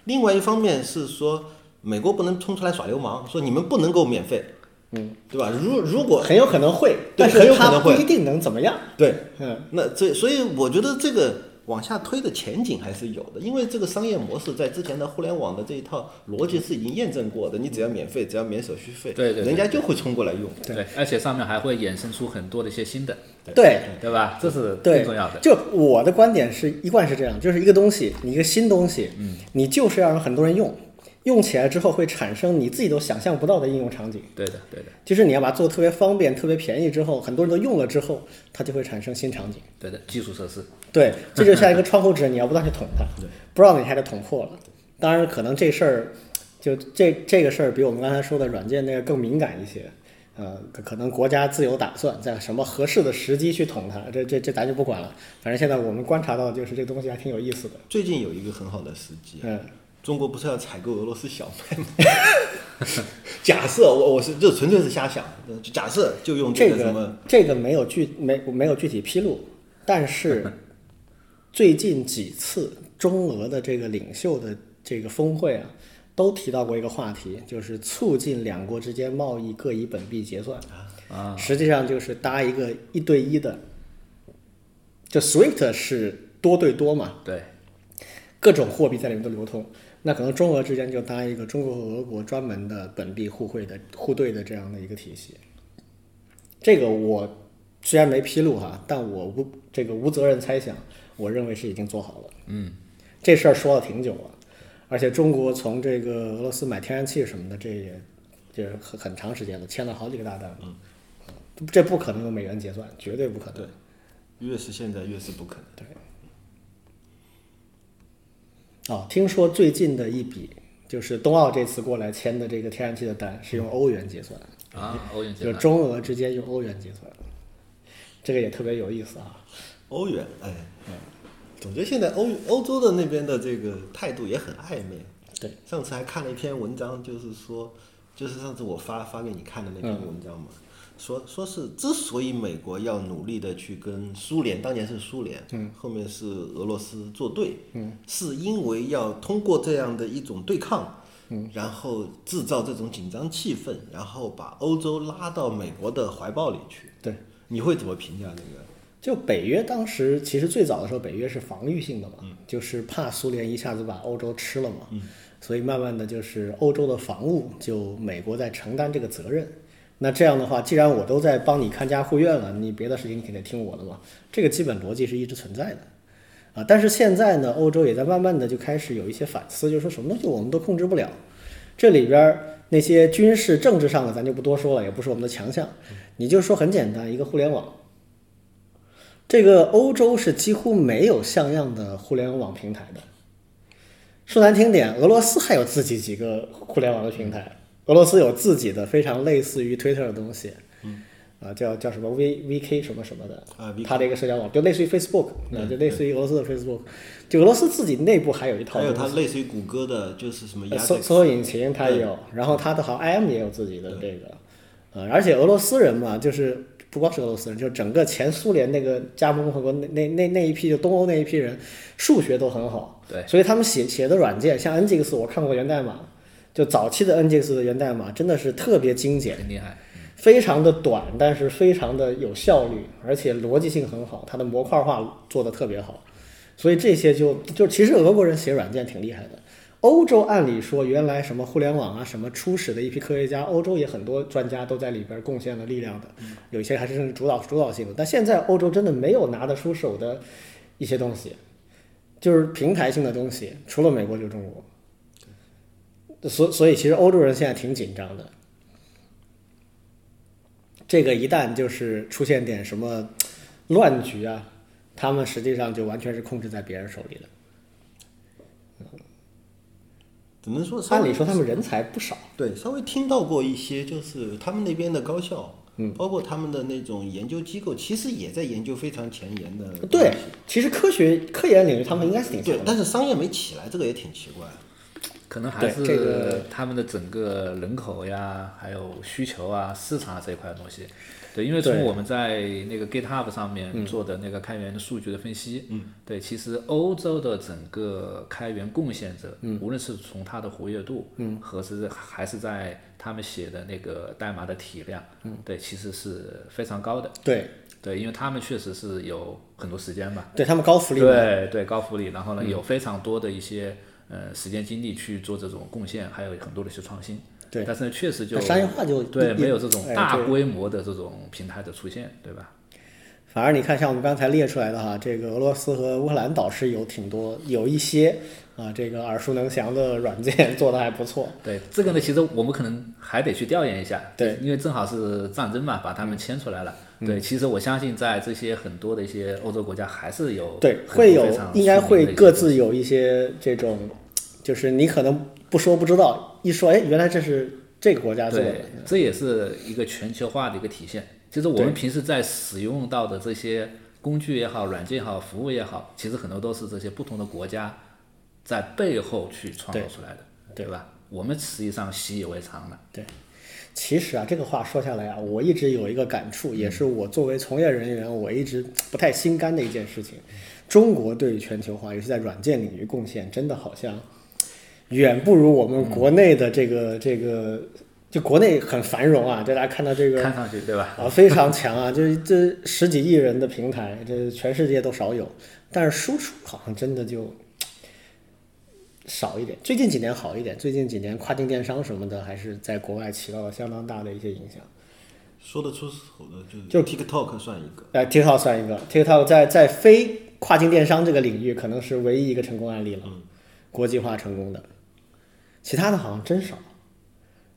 另外一方面是说，美国不能冲出来耍流氓，说你们不能够免费，嗯，对吧？如如果
很有可能会，
对
但是
很有可
他
能
不
会
一定能怎么样。
对，
嗯，
那这所以我觉得这个往下推的前景还是有的，因为这个商业模式在之前的互联网的这一套逻辑是已经验证过的，你只要免费，只要免手续费，
对对对
人家就会冲过来用。
对，而且上面还会衍生出很多的一些新的，
对
对吧？这是
对，
更重要的。
就我的观点是一贯是这样，就是一个东西，你一个新东西，嗯，你就是要让很多人用，用起来之后会产生你自己都想象不到的应用场景。
对的，对的，
就是你要把它做得特别方便、特别便宜之后，很多人都用了之后，它就会产生新场景。
对的，基础设施。
对，这就像一个窗户纸，你要不断去捅它，不知道哪天就捅破了。当然，可能这事儿就这这个事儿比我们刚才说的软件那个更敏感一些。呃，可可能国家自有打算，在什么合适的时机去捅它，这这这咱就不管了。反正现在我们观察到，就是这东西还挺有意思的。
最近有一个很好的时机，
嗯，
中国不是要采购俄罗斯小麦吗？ [LAUGHS] 假设我我是就纯粹是瞎想，就假设就用
这
个什么
个这个没有具没没有具体披露，但是最近几次中俄的这个领袖的这个峰会啊，都提到过一个话题，就是促进两国之间贸易各以本币结算，
啊，
实际上就是搭一个一对一的，就 SWIFT 是多对多嘛，
对，
各种货币在里面都流通。那可能中俄之间就搭一个中国和俄国专门的本币互惠的互兑的这样的一个体系。这个我虽然没披露哈，但我无这个无责任猜想，我认为是已经做好了。嗯，这事儿说了挺久了，而且中国从这个俄罗斯买天然气什么的，这也就是很很长时间了，签了好几个大单。嗯，这不可能用美元结算，绝对不可能。
对越是现在越是不可能。
哦，听说最近的一笔就是冬奥这次过来签的这个天然气的单是用欧元结算，
啊，欧元
就
结
是
算。
中俄之间用欧元结算，这个也特别有意思啊。
欧元，哎，总觉得现在欧欧洲的那边的这个态度也很暧昧。
对，
上次还看了一篇文章，就是说，就是上次我发发给你看的那篇文章嘛，说说是之所以美国要努力的去跟苏联，当年是苏联，嗯，后面是俄罗斯作对，嗯，是因为要通过这样的一种对抗，嗯，然后制造这种紧张气氛，然后把欧洲拉到美国的怀抱里去。
对，
你会怎么评价那个？
就北约当时其实最早的时候，北约是防御性的嘛，就是怕苏联一下子把欧洲吃了嘛，所以慢慢的就是欧洲的防务就美国在承担这个责任。那这样的话，既然我都在帮你看家护院了，你别的事情你肯定听我的嘛，这个基本逻辑是一直存在的。啊，但是现在呢，欧洲也在慢慢的就开始有一些反思，就是说什么东西我们都控制不了，这里边儿那些军事政治上的咱就不多说了，也不是我们的强项，你就说很简单，一个互联网。这个欧洲是几乎没有像样的互联网平台的。说难听点，俄罗斯还有自己几个互联网的平台，俄罗斯有自己的非常类似于 Twitter 的东西，啊，叫叫什么 V V K 什么什么的，
嗯啊，VK 嗯
它的一个社交网就类似于 Facebook，啊，就类似于俄罗斯的 Facebook，就俄罗斯自己内部还有一套
还有
东西，
它类似于谷歌的，就是什么
呃
Yandex
搜搜索引擎它也有，然后它的好像 IM 也有自己的这个，呃，而且俄罗斯人嘛，就是不光是俄罗斯人，就整个前苏联那个加盟共和国那那那那一批，就东欧那一批人，数学都很好，
对，
所以他们写写的软件，像 Nginx，我看过源代码，就早期的 Nginx 的源代码真的是特别精简，
很厉害。
非常的短，但是非常的有效率，而且逻辑性很好，它的模块化做得特别好，所以这些就就其实俄国人写软件挺厉害的。欧洲按理说原来什么互联网啊什么初始的一批科学家，欧洲也很多专家都在里边贡献了力量的，有一些还是甚至主导主导性的。但现在欧洲真的没有拿得出手的一些东西，就是平台性的东西，除了美国就是中国。所所以其实欧洲人现在挺紧张的，这个一旦就是出现点什么乱局啊，他们实际上就完全是控制在别人手里的。
只能说稍
按
微
理说他们人才不少，
对稍微听到过一些，就是他们那边的高校，嗯，包括他们的那种研究机构，其实也在研究非常前沿的东西。
对，其实科学科研领域他们应该是挺强
对，
的。
但是商业没起来，这个也挺奇怪。
可能还
对
是
这个
他们的整个人口呀，还有需求啊、市场啊这一块的东西。对，因为从
对
我们在那个 GitHub 上面做的那个开源数据的分析，嗯，对，其实欧洲的整个开源贡献者，嗯，无论是从他的活跃度，嗯，和是还是在他们写的那个代码的体量，嗯，对，其实是非常高的。
对，
对，因为他们确实是有很多时间嘛，
对他们高福利。嗯
对对，高福利。然后呢，有非常多的一些呃时间精力去做这种贡献，还有很多的一些创新。
对
但是呢，确实就
商业化就
对
一
没有这种
哎
大
对
规模的这种平台的出现，对吧？
反而你看，像我们刚才列出来的哈，这个俄罗斯和乌克兰倒是有挺多，有一些啊、这个耳熟能详的软件 [LAUGHS] 做的还不错。
对这个呢，其实我们可能还得去调研一下，
对，嗯
因为正好是战争嘛，把他们牵出来了。对，其实我相信在这些很多的一些欧洲国家还是有
对，
很
会
多
有
非常
应该
出名的
会
一些
各
东西
自有一些这种，就是你可能不说不知道，一说哎，原来这是这个国家做的
对。，这也是一个全球化的一个体现。就是我们
对
平时在使用到的这些工具也好、软件也好、服务也好，其实很多都是这些不同的国家在背后去创造
对
出来的，
对
吧？我们实际上习以为常了。
其实啊，这个话说下来啊，我一直有一个感触，也是我作为从业人员，我一直不太心甘的一件事情。中国对于全球化，尤其在软件领域贡献，真的好像远不如我们国
嗯
内的这个、这个，就国内很繁荣啊，就大家看到这个
看上去对吧？
啊，非常强啊！就是这十几亿人的平台，这全世界都少有，但是输出好像真的就少一点。最近几年好一点，最近几年跨境电商什么的，还是在国外起到了相当大的一些影响。
说得出口的就是
就
TikTok 算一个，
呃，TikTok 算一个，TikTok 在在非跨境电商这个领域，可能是唯一一个成功案例了，
嗯
国际化成功的。其他的好像真少。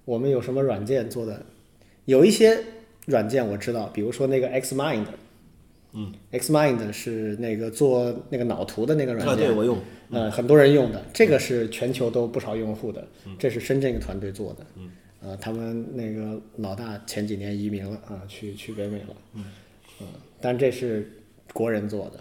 我们有什么软件做的？有一些软件我知道，比如说那个 Xmind，嗯，Xmind 是那个做那个脑图的那个软
啊，
件，
对我用，
呃，很多人用的，这个是全球都不少用户的，这是深圳一个团队做的，呃，他们那个老大前几年移民了啊、去去北美了，嗯、但这是国人做的，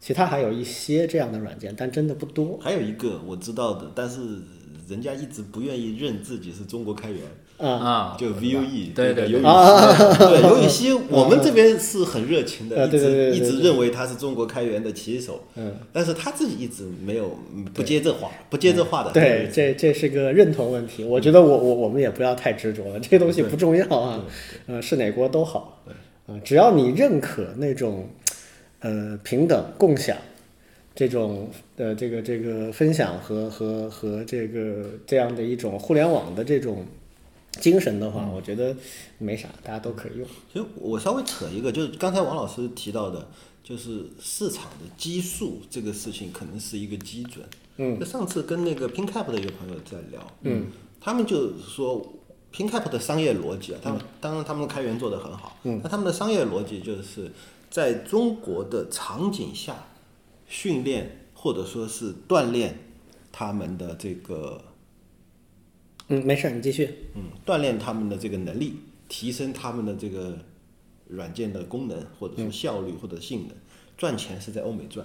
其他还有一些这样的软件，但真的不多，啊
还有一个我知道的，但是人家一直不愿意认自己是中国开源，
啊，
就 V U E，
对
对
对
尤
对
雨锡，对尤雨锡，我们这边是很热情
啊
的，一
对对对
直
对
一
对
直认为他是中国开源的旗手，
嗯，
但是他自己一直没有嗯不接这话，不接这话的，
对，这这是个认同问题。我觉得我我我们也不要太执着了，这东西不重要啊，呃，是哪国都好，啊、只要你认可那种，呃，平等共享这种呃这个这个分享和和和这个这样的一种互联网的这种精神的
嗯
话，我觉得没啥，大家都可以用。
所以我稍微扯一个，就是刚才王老师提到的，就是市场的基数这个事情，可能是一个基准。嗯，那上次跟那个 PinCap 的一个朋友在聊，嗯，他们就说 PinCap 的商业逻辑啊，他们、当然他们的开源做得很好，嗯，那他们的商业逻辑就是在中国的场景下训练或者说是锻炼他们的这个
嗯，没事儿，你继续。
嗯，锻炼他们的这个能力，提升他们的这个软件的功能，或者说效率或者性能，赚钱是在欧美赚，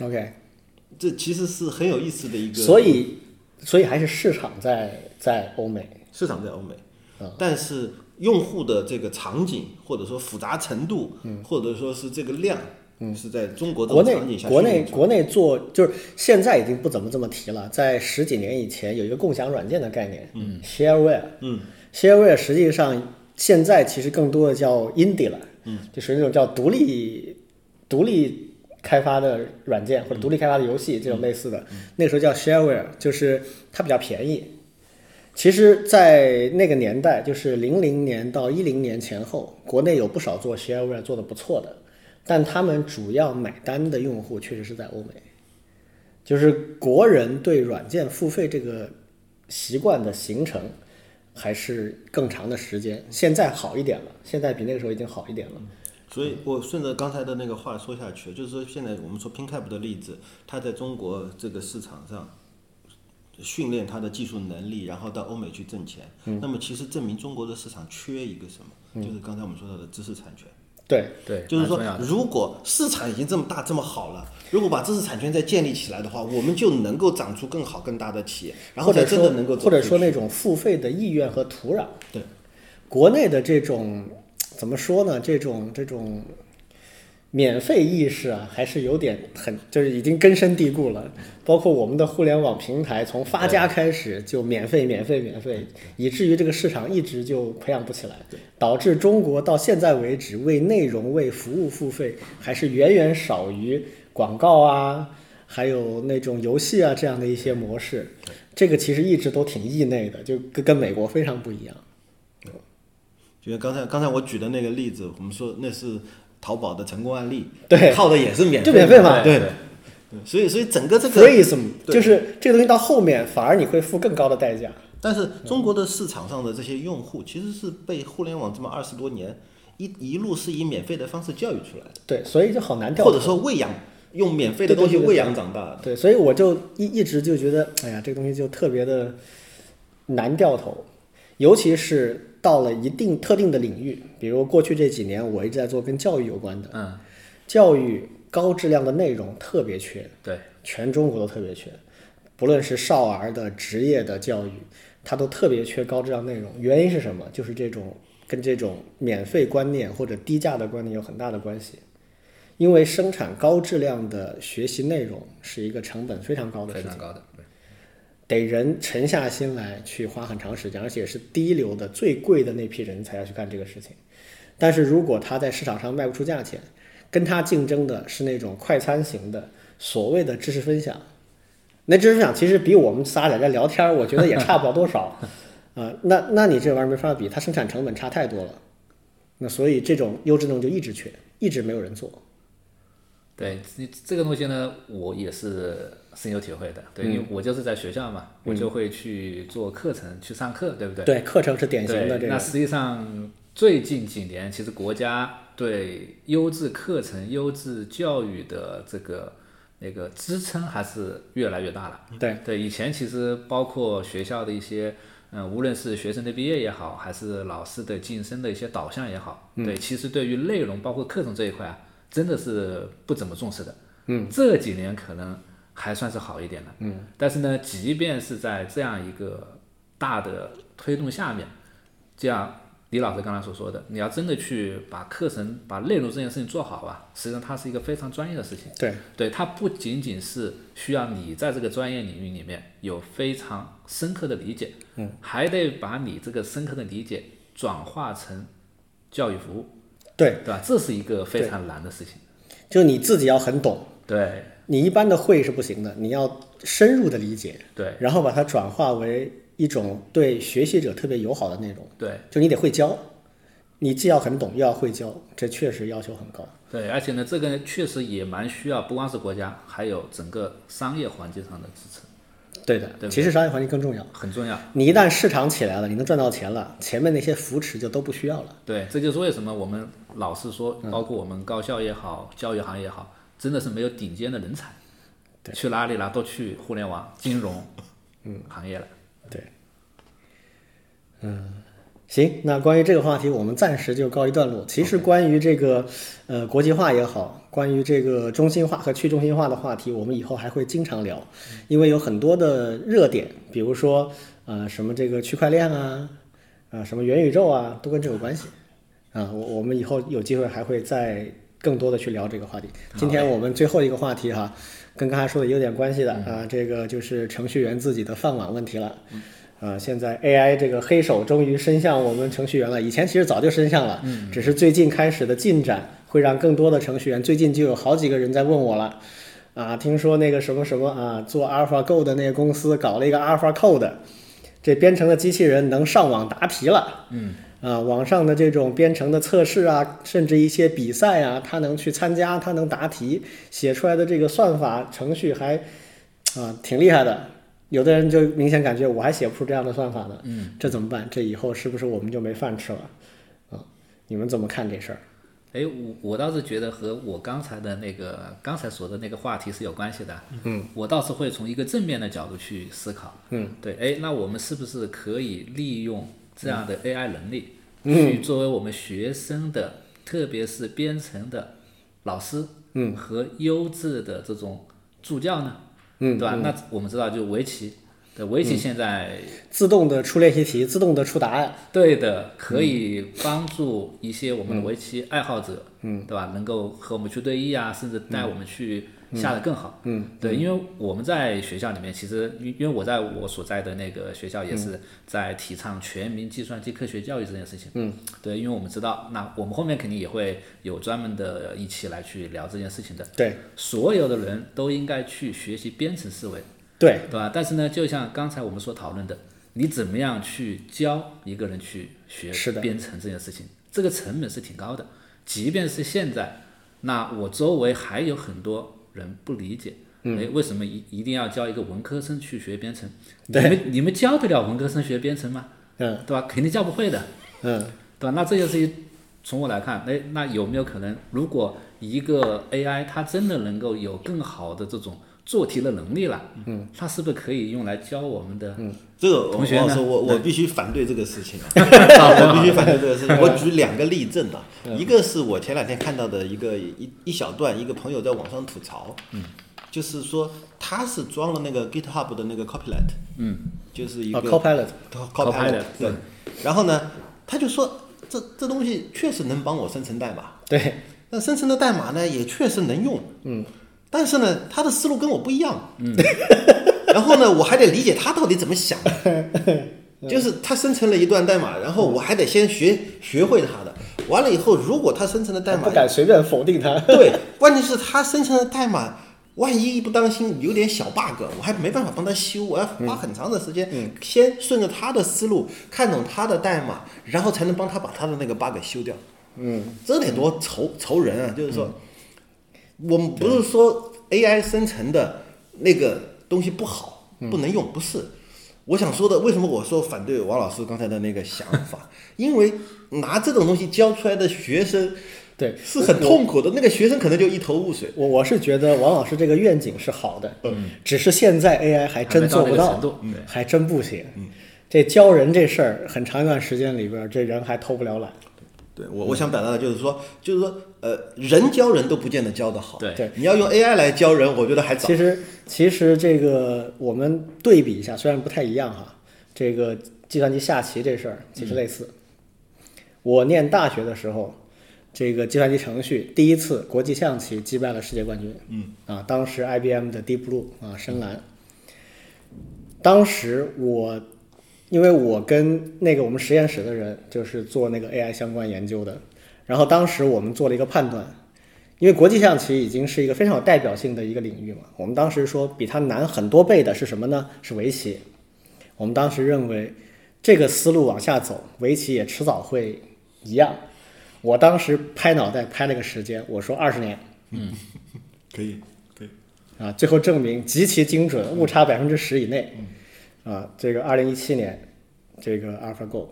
OK，
这其实是很有意思的一个。
所以所以还是市场在在欧美。
市场在欧美，但是用户的这个场景或者说复杂程度，或者说是这个量，是在中国这
嗯国
种
内
场景下
国
训
内
练出来的
国内做就是现在已经不怎么这么提了，在十几年以前有一个共享软件的概念，嗯，shareware，嗯，shareware 实际上现在其实更多的叫 indie 了，嗯，就属于那种叫独立独立开发的软件或者独立开发的游戏这种类似的，那个时候叫 shareware，就是它比较便宜。其实，在那个年代，就是零零年到一零年前后，国内有不少做 shareware 做的不错的，但他们主要买单的用户确实是在欧美，就是国人对软件付费这个习惯的形成还是更长的时间。现在好一点了，现在比那个时候已经好一点了。
所以，我顺着刚才的那个话说下去，就是说，现在我们说 PinCap 的例子，它在中国这个市场上训练它的技术能力，然后到欧美去挣钱。
嗯
那么，其实证明中国的市场缺一个什么？就是刚才我们说到的知识产权。
对，
对，
就是
蛮
说
重要，的
如果市场已经这么大、这么好了，如果把知识产权再建立起来的话，我们就能够长出更好、更大的企业，然后
或
才
者
真
说
的能够走
或者
出
说
去
那种付费的意愿和土壤，
对
国内的这种怎么说呢？这种这种免费意识啊，还是有点很，就是已经根深蒂固了。包括我们的互联网平台，从发家开始就免费、免费、免费，以至于这个市场一直就培养不起来，导致中国到现在为止为内容、为服务付费还是远远少于广告啊。还有那种游戏啊这样的一些模式，这个其实一直都挺异类的，就跟跟美国非常不一样。
就像刚才刚才我举的那个例子，我们说那是淘宝的成功案例，
对
靠的也是免
就
费，
免费嘛
对。对所以，所以整个这
f r e e
个，
s m
对
就是这个东西到后面反而你会付更高的代价。
但是中国的市场上的这些用户，其实是被互联网这么二十多年一一路是以免费的方式教育出来
对，所以就好难
的，
掉
或者
头。
说喂养，用免费的
对对
东西
对对
喂养长大的。
对，所以我就一一直就觉得，哎呀，这个东西就特别的难掉头，尤其是到了一定特定的领域，比如过去这几年我一直在做跟教育有关的，
嗯，
教育高质量的内容特别缺。
对，
全中国都特别缺，不论是少儿的、职业的教育，它都特别缺高质量内容。原因是什么？就是这种跟这种免费观念或者低价的观念有很大的关系。因为生产高质量的学习内容是一个成本非常高的事
非
情，
常高的，
得人沉下心来去花很长时间，而且是第一流的、最贵的那批人才要去干这个事情。但是如果他在市场上卖不出价钱，跟他竞争的是那种快餐型的所谓的知识分享，那知识分享其实比我们仨在这聊天儿，我觉得也差不了多
[LAUGHS]
少。啊、那那你这玩意儿没法比，它生产成本差太多了。那所以这种优质内容就一直缺，一直没有人做。
对，这这个东西呢，我也是深有体会的。对，因为我就是在学校嘛，我就会去做课程，去上课，对不对？
对，课程是典型的这
对那
个，
实际上最近几年，其实国家对优质课程、优质教育的这个那个支撑还是越来越大了。
对
对，以前其实包括学校的一些，嗯，无论是学生的毕业也好，还是老师的晋升的一些导向也好，对，其实对于内容包括课程这一块啊，真的是不怎么重视的。嗯，这几年可能还算是好一点的。嗯，但是呢，即便是在这样一个大的推动下面，就像李老师刚才所说的，你要真的去把课程、把内容这件事情做好啊，实际上它是一个非常专业的事情。
对，
对，它不仅仅是需要你在这个专业领域里面有非常深刻的理解，嗯，还得把你这个深刻的理解转化成教育服务，
对，
对吧？这是一个非常难的事情。
就你自己要很懂，
对
你一般的会是不行的，你要深入的理解，
对
然后把它转化为一种对学习者特别友好的内容，
对
就你得会教，你既要很懂又要会教，这确实要求很高。
对，而且呢，这个确实也蛮需要，不光是国家，还有整个商业环境上的支持，
对的，
对
其实商业环境更重要。
很重要。
你一旦市场起来了，你能赚到钱了，前面那些扶持就都不需要了。
对，这就是为什么我们老是说，包括我们高校也好，教育行业也好，真的是没有顶尖的人才，去哪里了都去互联网、金融，嗯，行业了。
对，嗯，行，那关于这个话题，我们暂时就告一段落。其实关于这个呃国际化也好，关于这个中心化和去中心化的话题，我们以后还会经常聊，因为有很多的热点，比如说呃什么这个区块链啊，啊、什么元宇宙啊，都跟这有关系。啊，我我们以后有机会还会再更多的去聊这个话题。今天我们最后一个话题哈、跟刚才说的有点关系的啊，这个就是程序员自己的饭碗问题了。啊，现在 AI 这个黑手终于伸向我们程序员了，以前其实早就伸向了，只是最近开始的进展会让更多的程序员，最近就有好几个人在问我了。啊，听说那个什么什么啊，做 AlphaGo 的那个公司搞了一个 AlphaCode，这编程的机器人能上网答题了。啊，网上的这种编程的测试啊，甚至一些比赛啊，他能去参加，他能答题，写出来的这个算法程序还啊挺厉害的。有的人就明显感觉我还写不出这样的算法呢，嗯，这怎么办？这以后是不是我们就没饭吃了？啊，你们怎么看这事儿？
哎，我我倒是觉得和我刚才的那个刚才说的那个话题是有关系的。嗯，我倒是会从一个正面的角度去思考。嗯，对，哎，那我们是不是可以利用这样的 AI 能力，去作为我们学生的，特别是编程的老师，嗯，和优质的这种助教呢？嗯，对吧？那我们知道，就围棋，对围棋现在
自动的出练习题，自动的出答案，
对的，可以帮助一些我们的围棋爱好者，嗯，对吧？能够和我们去对弈啊，甚至带我们去下得更好，嗯，对，因为我们在学校里面，其实因因为我在我所在的那个学校也是在提倡全民计算机科学教育这件事情，嗯，对，因为我们知道，那我们后面肯定也会有专门的一期来去聊这件事情的，
对
所有的人都应该去学习编程思维，
对，
对吧？但是呢，就像刚才我们所讨论的，你怎么样去教一个人去学
是的
编程这件事情，这个成本是挺高的。即便是现在，那我周围还有很多人不理解，
嗯
哎，为什么一一定要教一个文科生去学编程？你们你们教得了文科生学编程吗？
嗯
对吧？肯定教不会的。
嗯，
对吧？那这件事情从我来看，哎，那有没有可能，如果一个 AI 它真的能够有更好的这种做题的能力了，嗯，它是不是可以用来教我们的？嗯，
这个
同学呢
我说我我必须反对这个事情啊，我必须反对这个事情。我举两个例证啊，一个是我前两天看到的一个一一小段，一个朋友在网上吐槽，就是说他是装了那个 GitHub 的那个 Copilot，嗯，就是一
啊
个
，Copilot，
Copilot，
Copilot，对。然后呢，他就说这这东西确实能帮我生成代码，
[LAUGHS]
对
那生成的代码呢，也确实能用，嗯，但是呢，他的思路跟我不一样，嗯， [LAUGHS] 然后呢，我还得理解他到底怎么想的，就是他生成了一段代码，然后我还得先学学会他的，完了以后，如果他生成的代码
不敢随便否定它。 [LAUGHS]
对，关键是他生成的代码，万一一不当心有点小 bug，我还没办法帮他修，我要花很长的时间，先顺着他的思路看懂他的代码，然后才能帮他把他的那个 bug 修掉。嗯，这得多愁愁人啊！就是说，我们不是说 AI 生成的那个东西不好，
嗯
不能用，不是。我想说的，为什么我说反对王老师刚才的那个想
[LAUGHS]
法？因为拿这种东西教出来的学生，
对
是很痛苦的。那个学生可能就一头雾水。
我我是觉得王老师这个愿景是好的，嗯，只是现在 AI 还真做不
还没到那个程度嗯对
还真不行。这教人这事儿，很长一段时间里边儿，这人还偷不了懒。
对我，我想表达的就是说，就是说，呃，人教人都不见得教得好。
对
对
你要用 AI 来教人，我觉得还早
其。实，其实这个我们对比一下，虽然不太一样哈，这个计算机下棋这事儿其实类似。我念大学的时候，这个计算机程序第一次国际象棋击败了世界冠军。嗯，啊，当时 IBM 的 Deep Blue 啊，深蓝。当时我，因为我跟那个我们实验室的人就是做那个 AI 相关研究的，然后当时我们做了一个判断，因为国际象棋已经是一个非常有代表性的一个领域嘛，我们当时说比它难很多倍的是什么呢？是围棋。我们当时认为这个思路往下走，围棋也迟早会一样。我当时拍脑袋拍了个时间，我说二十年
可以，可以，
啊，最后证明极其精准，误差百分之十以内。啊，这个二零一七年，这个 AlphaGo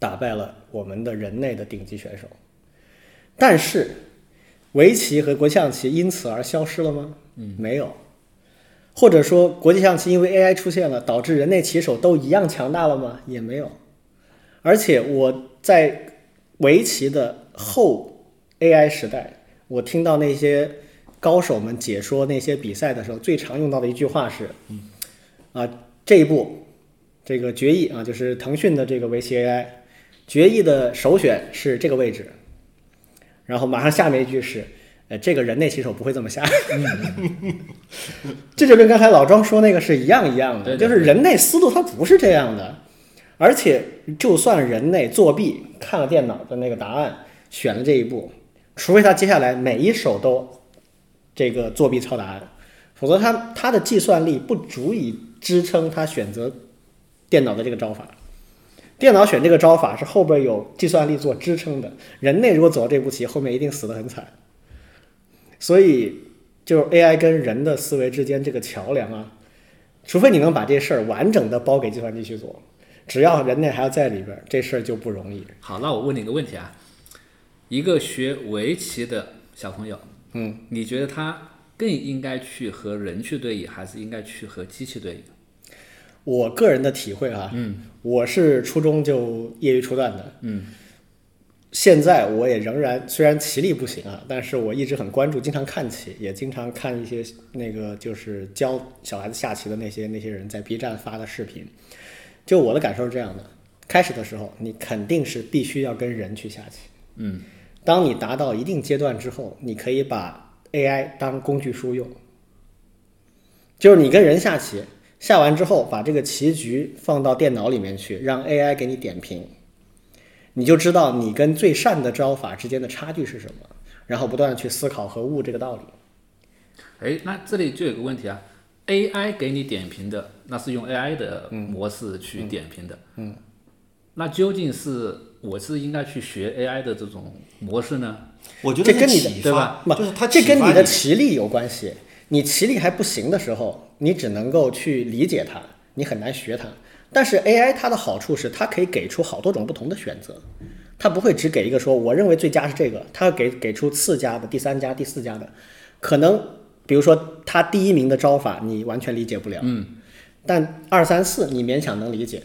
打败了我们的人类的顶级选手，但是围棋和国际象棋因此而消失了吗？嗯，没有。或者说，国际象棋因为 AI 出现了，导致人类棋手都一样强大了吗？也没有。而且我在围棋的后 AI 时代，我听到那些高手们解说那些比赛的时候，最常用到的一句话是：“啊，这一步，这个决议啊，就是腾讯的这个围棋 AI 决议的首选是这个位置。”然后马上下面一句是：“呃，这个人类棋手不会这么下。”
嗯
[LAUGHS] 这就跟刚才老庄说那个是一样一样的，
对对
就是人类思路它不是这样的，而且就算人类作弊看了电脑的那个答案，选了这一步，除非他接下来每一手都这个作弊抄答案，否则他他的计算力不足以支撑他选择电脑的这个招法。电脑选这个招法是后边有计算力做支撑的，人类如果走到这步棋，后面一定死得很惨。所以就是 AI 跟人的思维之间这个桥梁啊，除非你能把这事儿完整的包给计算机去做，只要人类还要在里边儿，这事儿就不容易。
好，那我问你一个问题啊，一个学围棋的小朋友，嗯，你觉得他更应该去和人去对弈，还是应该去和机器对弈？
我个人的体会啊，嗯，我是初中就业余初段的，嗯，现在我也仍然虽然棋力不行啊，但是我一直很关注，经常看棋，也经常看一些那个就是教小孩子下棋的那些那些人在 B 站发的视频。就我的感受是这样的：开始的时候，你肯定是必须要跟人去下棋，嗯，当你达到一定阶段之后，你可以把 AI 当工具书用，就是你跟人下棋，下完之后把这个棋局放到电脑里面去，让 AI 给你点评，你就知道你跟最善的招法之间的差距是什么，然后不断的去思考和悟这个道理。
哎，那这里就有个问题啊，AI 给你点评的，那是用 AI 的模式去点评的，嗯，那究竟是我是应该去学 AI 的这种模式呢？
我觉得
这跟你的
启
对
发
吧，
不
就是他
这跟
你
你的棋力有关系。你棋力还不行的时候，你只能够去理解它，你很难学它。但是 AI 它的好处是，它可以给出好多种不同的选择，它不会只给一个说我认为最佳是这个，它会给给出次佳的、第三佳、第四佳的。可能比如说它第一名的招法你完全理解不了，嗯，但二三四你勉强能理解。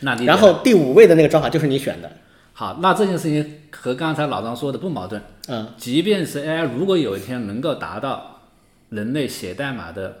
那你
然后第五位的那个招法就是你选的，
好，那这件事情和刚才老张说的不矛盾，
嗯，
即便是 AI 如果有一天能够达到人类写代码的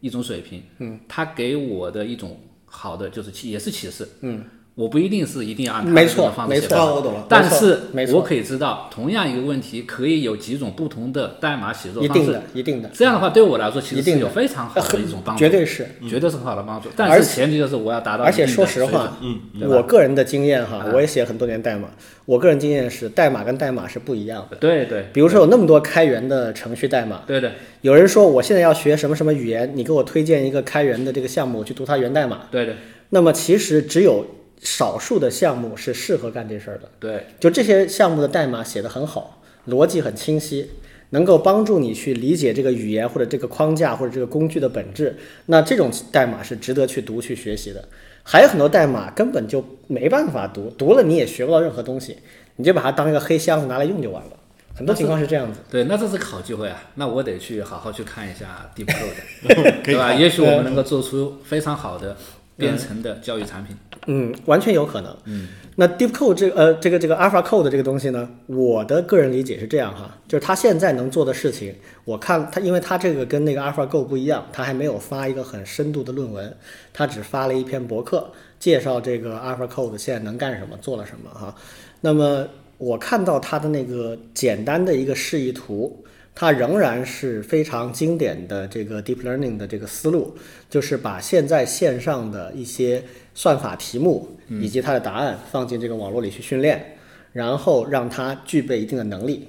一种水平，嗯，它给我的一种好的就是启也是启示，嗯，我不一定是一定要按它
没
的这
错
个方式
没
写
错
代码
哦我懂了
但
没错
是
没错
我可以知道同样一个问题可以有几种不同的代码写作
一
方式，
定的，一定的，
这样的话对我来说其
一
实是
定
有
的呃
非常好的一种帮助，
绝对是。
绝对是很好的帮助，但
而
是
且
前提就是我要达到
而且
一定的
说实
水准
话，
嗯
对吧
我个人的经验哈
嗯，
我也写很多年代码，我个人经验是代码跟代码是不一样的。
对对
比如说有那么多开源的程序代码，
对对
有人说我现在要学什么什么语言，你给我推荐一个开源的这个项目，我去读它源代码。
对对
那么其实只有少数的项目是适合干这事儿的，
对，
就这些项目的代码写得很好，逻辑很清晰。能够帮助你去理解这个语言或者这个框架或者这个工具的本质，那这种代码是值得去读去学习的。还有很多代码根本就没办法读，读了你也学不到任何东西，你就把它当一个黑箱子拿来用就完了。很多情况是这样子。
对，那这是个好机会啊！那我得去好好去看一下 Deep
[LAUGHS]
Code，
可以
对吧？
看
也许我们能够做出非常好的编程的教育产品。
嗯，完全有可能。嗯，那 DeepCode 这个呃这个这个 AlphaCode 这个东西呢，我的个人理解是这样哈，就是它现在能做的事情，我看它，因为它这个跟那个 AlphaGo 不一样，它还没有发一个很深度的论文，它只发了一篇博客，介绍这个 AlphaCode 现在能干什么，做了什么哈。那么我看到它的那个简单的一个示意图，它仍然是非常经典的这个 deep learning 的这个思路，就是把现在线上的一些算法题目以及它的答案放进这个网络里去训练，然后让它具备一定的能力。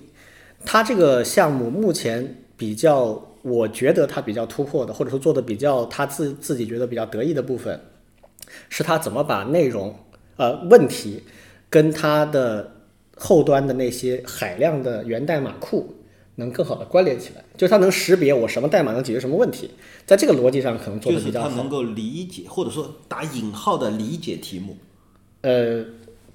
它这个项目目前比较，我觉得它比较突破的，或者说做的比较他自自己觉得比较得意的部分，是他怎么把内容呃问题跟他的后端的那些海量的源代码库能更好的关联起来，就是它能识别我什么代码能解决什么问题，在这个逻辑上可能做
就
的比
是
较
他
好
能。够理解，或者说打引号的理解题目。
呃，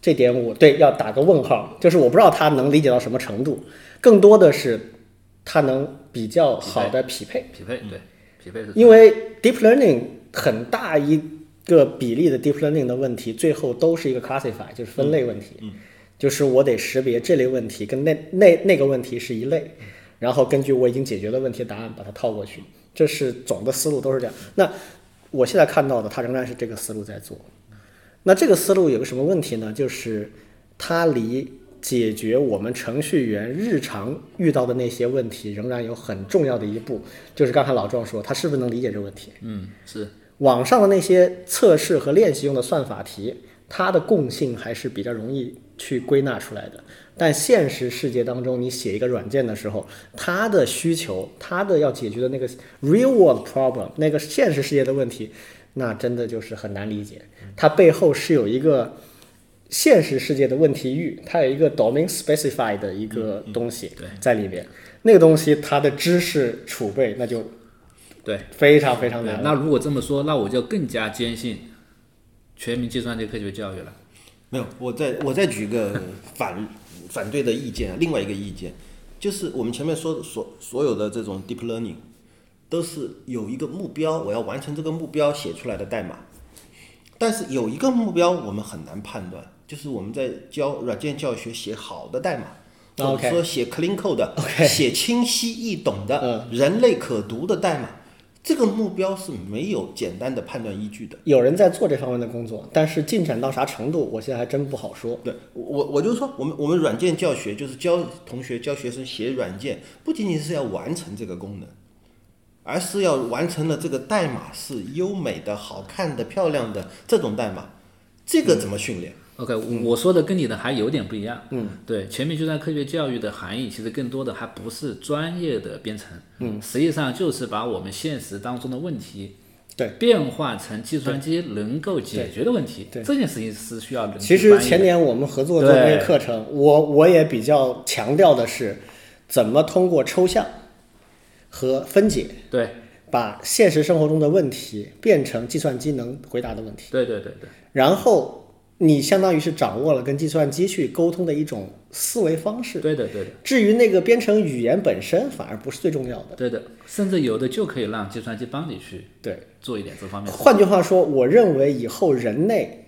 这点我对要打个问号，就是我不知道他能理解到什么程度，更多的是他能比较好的匹配。
匹配对，匹配是
因为 deep learning 很大一个比例的 deep learning 的问题，最后都是一个 classify，就是分类问题，就是我得识别这类问题跟那那那个问题是一类，然后根据我已经解决的问题答案把它套过去，这是总的思路都是这样。那我现在看到的，它仍然是这个思路在做。那这个思路有个什么问题呢？就是它离解决我们程序员日常遇到的那些问题，仍然有很重要的一步。就是刚才老壮说，他是不是能理解这个问题？
嗯是
网上的那些测试和练习用的算法题，它的共性还是比较容易去归纳出来的。但现实世界当中，你写一个软件的时候，它的需求，它的要解决的那个 real world problem，那个现实世界的问题，那真的就是很难理解。它背后是有一个现实世界的问题域，它有一个 domain specified 的一个东西
对
在里面。那个东西它的知识储备，那就
对。
非常非常
对
难，了。
那如果这么说，那我就更加坚信全民计算机科学教育了。
没有，我再我再举一个反 [LAUGHS] 反对的意见啊，另外一个意见就是我们前面说的所所有的这种 deep learning 都是有一个目标，我要完成这个目标写出来的代码，但是有一个目标我们很难判断，就是我们在教软件教学写好的代码。或
OK
者说写 clean code 的
OK 嗯
写清晰易懂的、人类可读的代码，这个目标是没有简单的判断依据的。
有人在做这方面的工作，但是进展到啥程度，我现在还真不好说。
对我我我就说，我们我们软件教学就是教同学教学生写软件，不仅仅是要完成这个功能，而是要完成了这个代码是优美的、好看的、漂亮的这种代码，这
嗯
个怎么训练？
OK，、我说的跟你的还有点不一样。嗯，对，全民计算科学教育的含义其实更多的还不是专业的编程，嗯，实际上就是把我们现实当中的问题
对
变换成计算机能够解决的问题。
对对
这件事情是需要人去
其实
翻译的
前年我们合作做那个
对
课程，我我也比较强调的是，怎么通过抽象和分解，
对
把现实生活中的问题变成计算机能回答的问题，
对对对对
然后你相当于是掌握了跟计算机去沟通的一种思维方式。
对的对的
至于那个编程语言本身，反而不是最重要的。
对的，甚至有的就可以让计算机帮你去
对。
做一点这方面的事。
换句话说，我认为以后人类，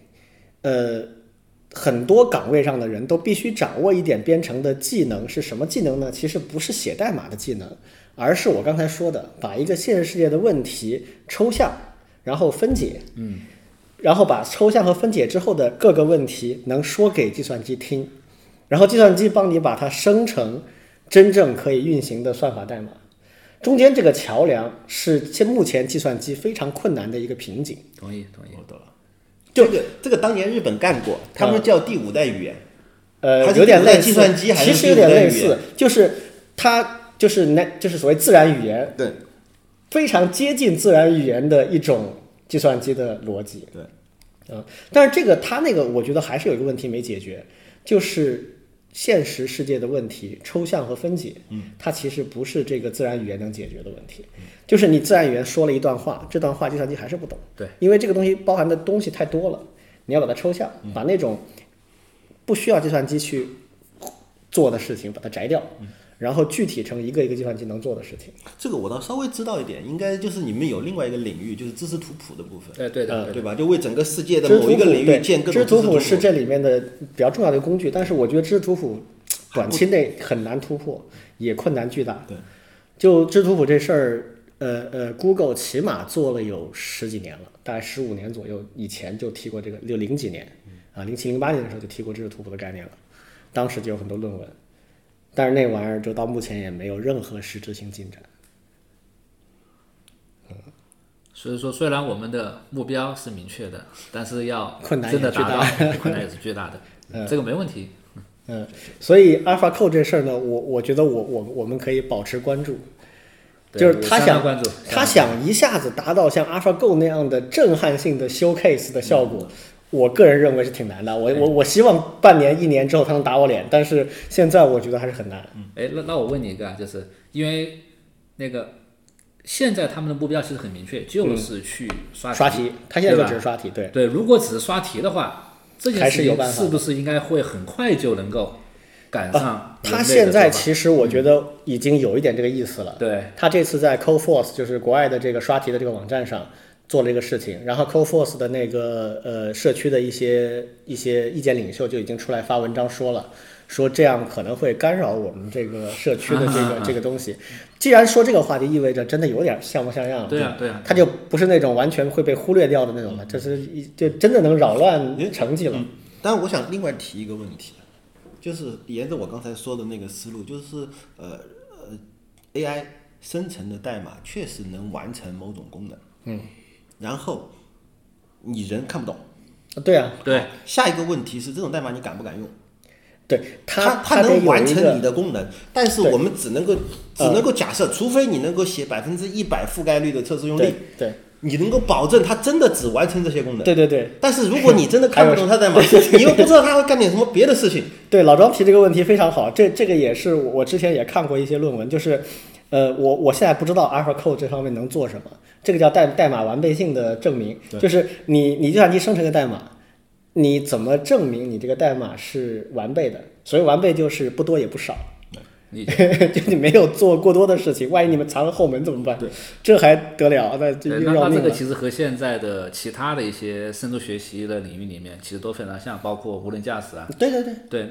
呃，很多岗位上的人都必须掌握一点编程的技能。是什么技能呢？其实不是写代码的技能，而是我刚才说的，把一个现实世界的问题抽象，然后分解，嗯，然后把抽象和分解之后的各个问题能说给计算机听，然后计算机帮你把它生成真正可以运行的算法代码。中间这个桥梁是现目前计算机非常困难的一个瓶颈。
同意同意。
我懂了。
就嗯
这个这个当年日本干过，他们叫第五代语言。
呃
还，是
有点
在
类似，
计算机还
其
是
实
计
有点类
算机语
似，就是它就是那就是所谓自然语言，
对
非常接近自然语言的一种计算机的逻辑。
对，
嗯，但是这个它那个，我觉得还是有一个问题没解决，就是现实世界的问题，抽象和分解，嗯，它其实不是这个自然语言能解决的问题，就是你自然语言说了一段话，这段话计算机还是不懂，
对，
因为这个东西包含的东西太多了，你要把它抽象，把那种不需要计算机去做的事情把它摘掉，然后具体成一个一个计算机能做的事情。
这个我倒稍微知道一点，应该就是你们有另外一个领域，就是知识图谱的部分，
对对的
嗯
对的
对吧？就为整个世界的
知识
某
图
一
谱
个领
对
域建各
知识
种知
图
识图
谱是
谱。
这里面的比较重要的工具，但是我觉得知识图谱短期内很难突破，也困难巨大。
对，
就知识图谱这事儿，呃呃，Google 起码做了有十几年了，大概十五年左右以前就提过这个，就零几年啊，零七零八年的时候就提过知识图谱的概念了。当时就有很多论文，但是那玩意儿就到目前也没有任何实质性进展。
所以说，虽然我们的目标是明确的，但是要
困难也
真的
巨
达
大
到， [LAUGHS] 困难也是巨大
[LAUGHS]
的。这个没问题，
嗯，所以 AlphaCode 这事儿呢，我我觉得我我我们可以保持关注，
对
就是
我
他
相
想
当关注，
他想一下子达到像 AlphaGo 那样的震撼性的 showcase 的效果，
嗯
我个人认为是挺难的。我我我希望半年一年之后他能打我脸，但是现在我觉得还是很难。
哎，那那我问你一个，啊，就是因为那个现在他们的目标其实很明确，就是去刷
刷
题
题，他现在
对
就
吧
只是刷题，对，
对，如果只是刷题的话，这件
还
事
是有
情
办法
是不是应该会很快就能够赶上嗯人类的做法？
啊他现在其实我觉得已经有一点这个意思了。
对
他这次在 CoForce 就是国外的这个刷题的这个网站上做了一个事情，然后 CoForce 的那个呃社区的一些一些意见领袖就已经出来发文章说了。说这样可能会干扰我们这个社区的这
啊
个这个东西。既然说这个话题，意味着真的有点像模像样了。
对啊对啊嗯
它就不是那种完全会被忽略掉的那种了，这是一就真的能扰乱成绩了。
但我想另外提一个问题，啊就是沿着我刚才说的那个思路，就是呃呃，AI 生成的代码确实能完成某种功能，嗯，然后你人看不懂。
嗯
对啊，
对，
下一个问题是这种代码你敢不敢用？
对
它
它得有
能完
一个
成你的功能，但是
对呃
我们只能够只能够假设，除非你能够写百分之一百覆盖率的测试用
对
力，
对
你能够保证它真的只完成这些功能。
对对对，
但是如果你真的看不懂它代码，你又不知道它会干点什么别的事情，
对，老庄提这个问题非常好，这这个也是我之前也看过一些论文，就是，呃，我我现在不知道 AlphaCode 这方面能做什么，这个叫代代码完备性的证明，就是你你计算机生成个代码，你怎么证明你这个代码是完备的？所谓完备就是不多也不少，
你
[LAUGHS] 就你没有做过多的事情，万一你们藏了后门怎么办？这还得了？那这
对
又
那
要
那这
命
个
了。
其实和现在的其他的一些深度学习的领域里面其实都非常像，包括无人驾驶啊，
对对对，
对，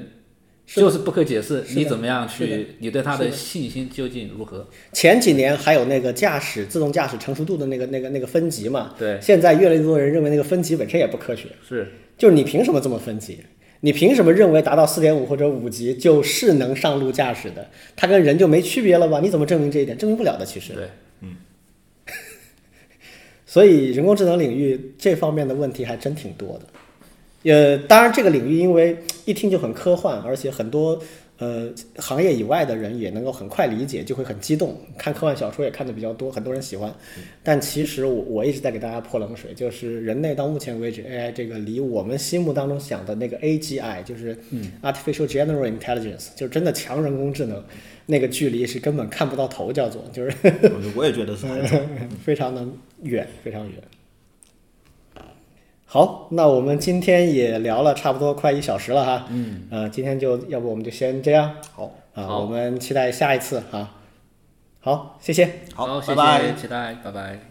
是
就是不可解释
是的
你怎么样
是
去，你对它的信心究竟如何？
前几年还有那个驾驶自动驾驶成熟度的那个那个那个分级嘛，
对
现在越来越多人认为那个分级本身也不科学，
是
就是你凭什么这么分级？你凭什么认为达到四点五或者五级就是能上路驾驶的？它跟人就没区别了吧？你怎么证明这一点？证明不了的，其实。
对，
所以人工智能领域这方面的问题还真挺多的。呃，当然这个领域因为一听就很科幻，而且很多呃行业以外的人也能够很快理解，就会很激动。看科幻小说也看的比较多，很多人喜欢。但其实我我一直在给大家泼冷水，就是人类到目前为止 AI 这个离我们心目当中想的那个 AGI，就是嗯 Artificial General Intelligence，就是真的强人工智能，那个距离是根本看不到头，叫做就是
我我也觉得是很
[LAUGHS]
早。
非常的远，非常远。好，那我们今天也聊了差不多快一小时了哈，嗯，呃，今天就要不我们就先这样
好，
啊，
好
我们期待下一次哈。好，谢谢。
好，
谢
拜拜
谢，期待，拜拜。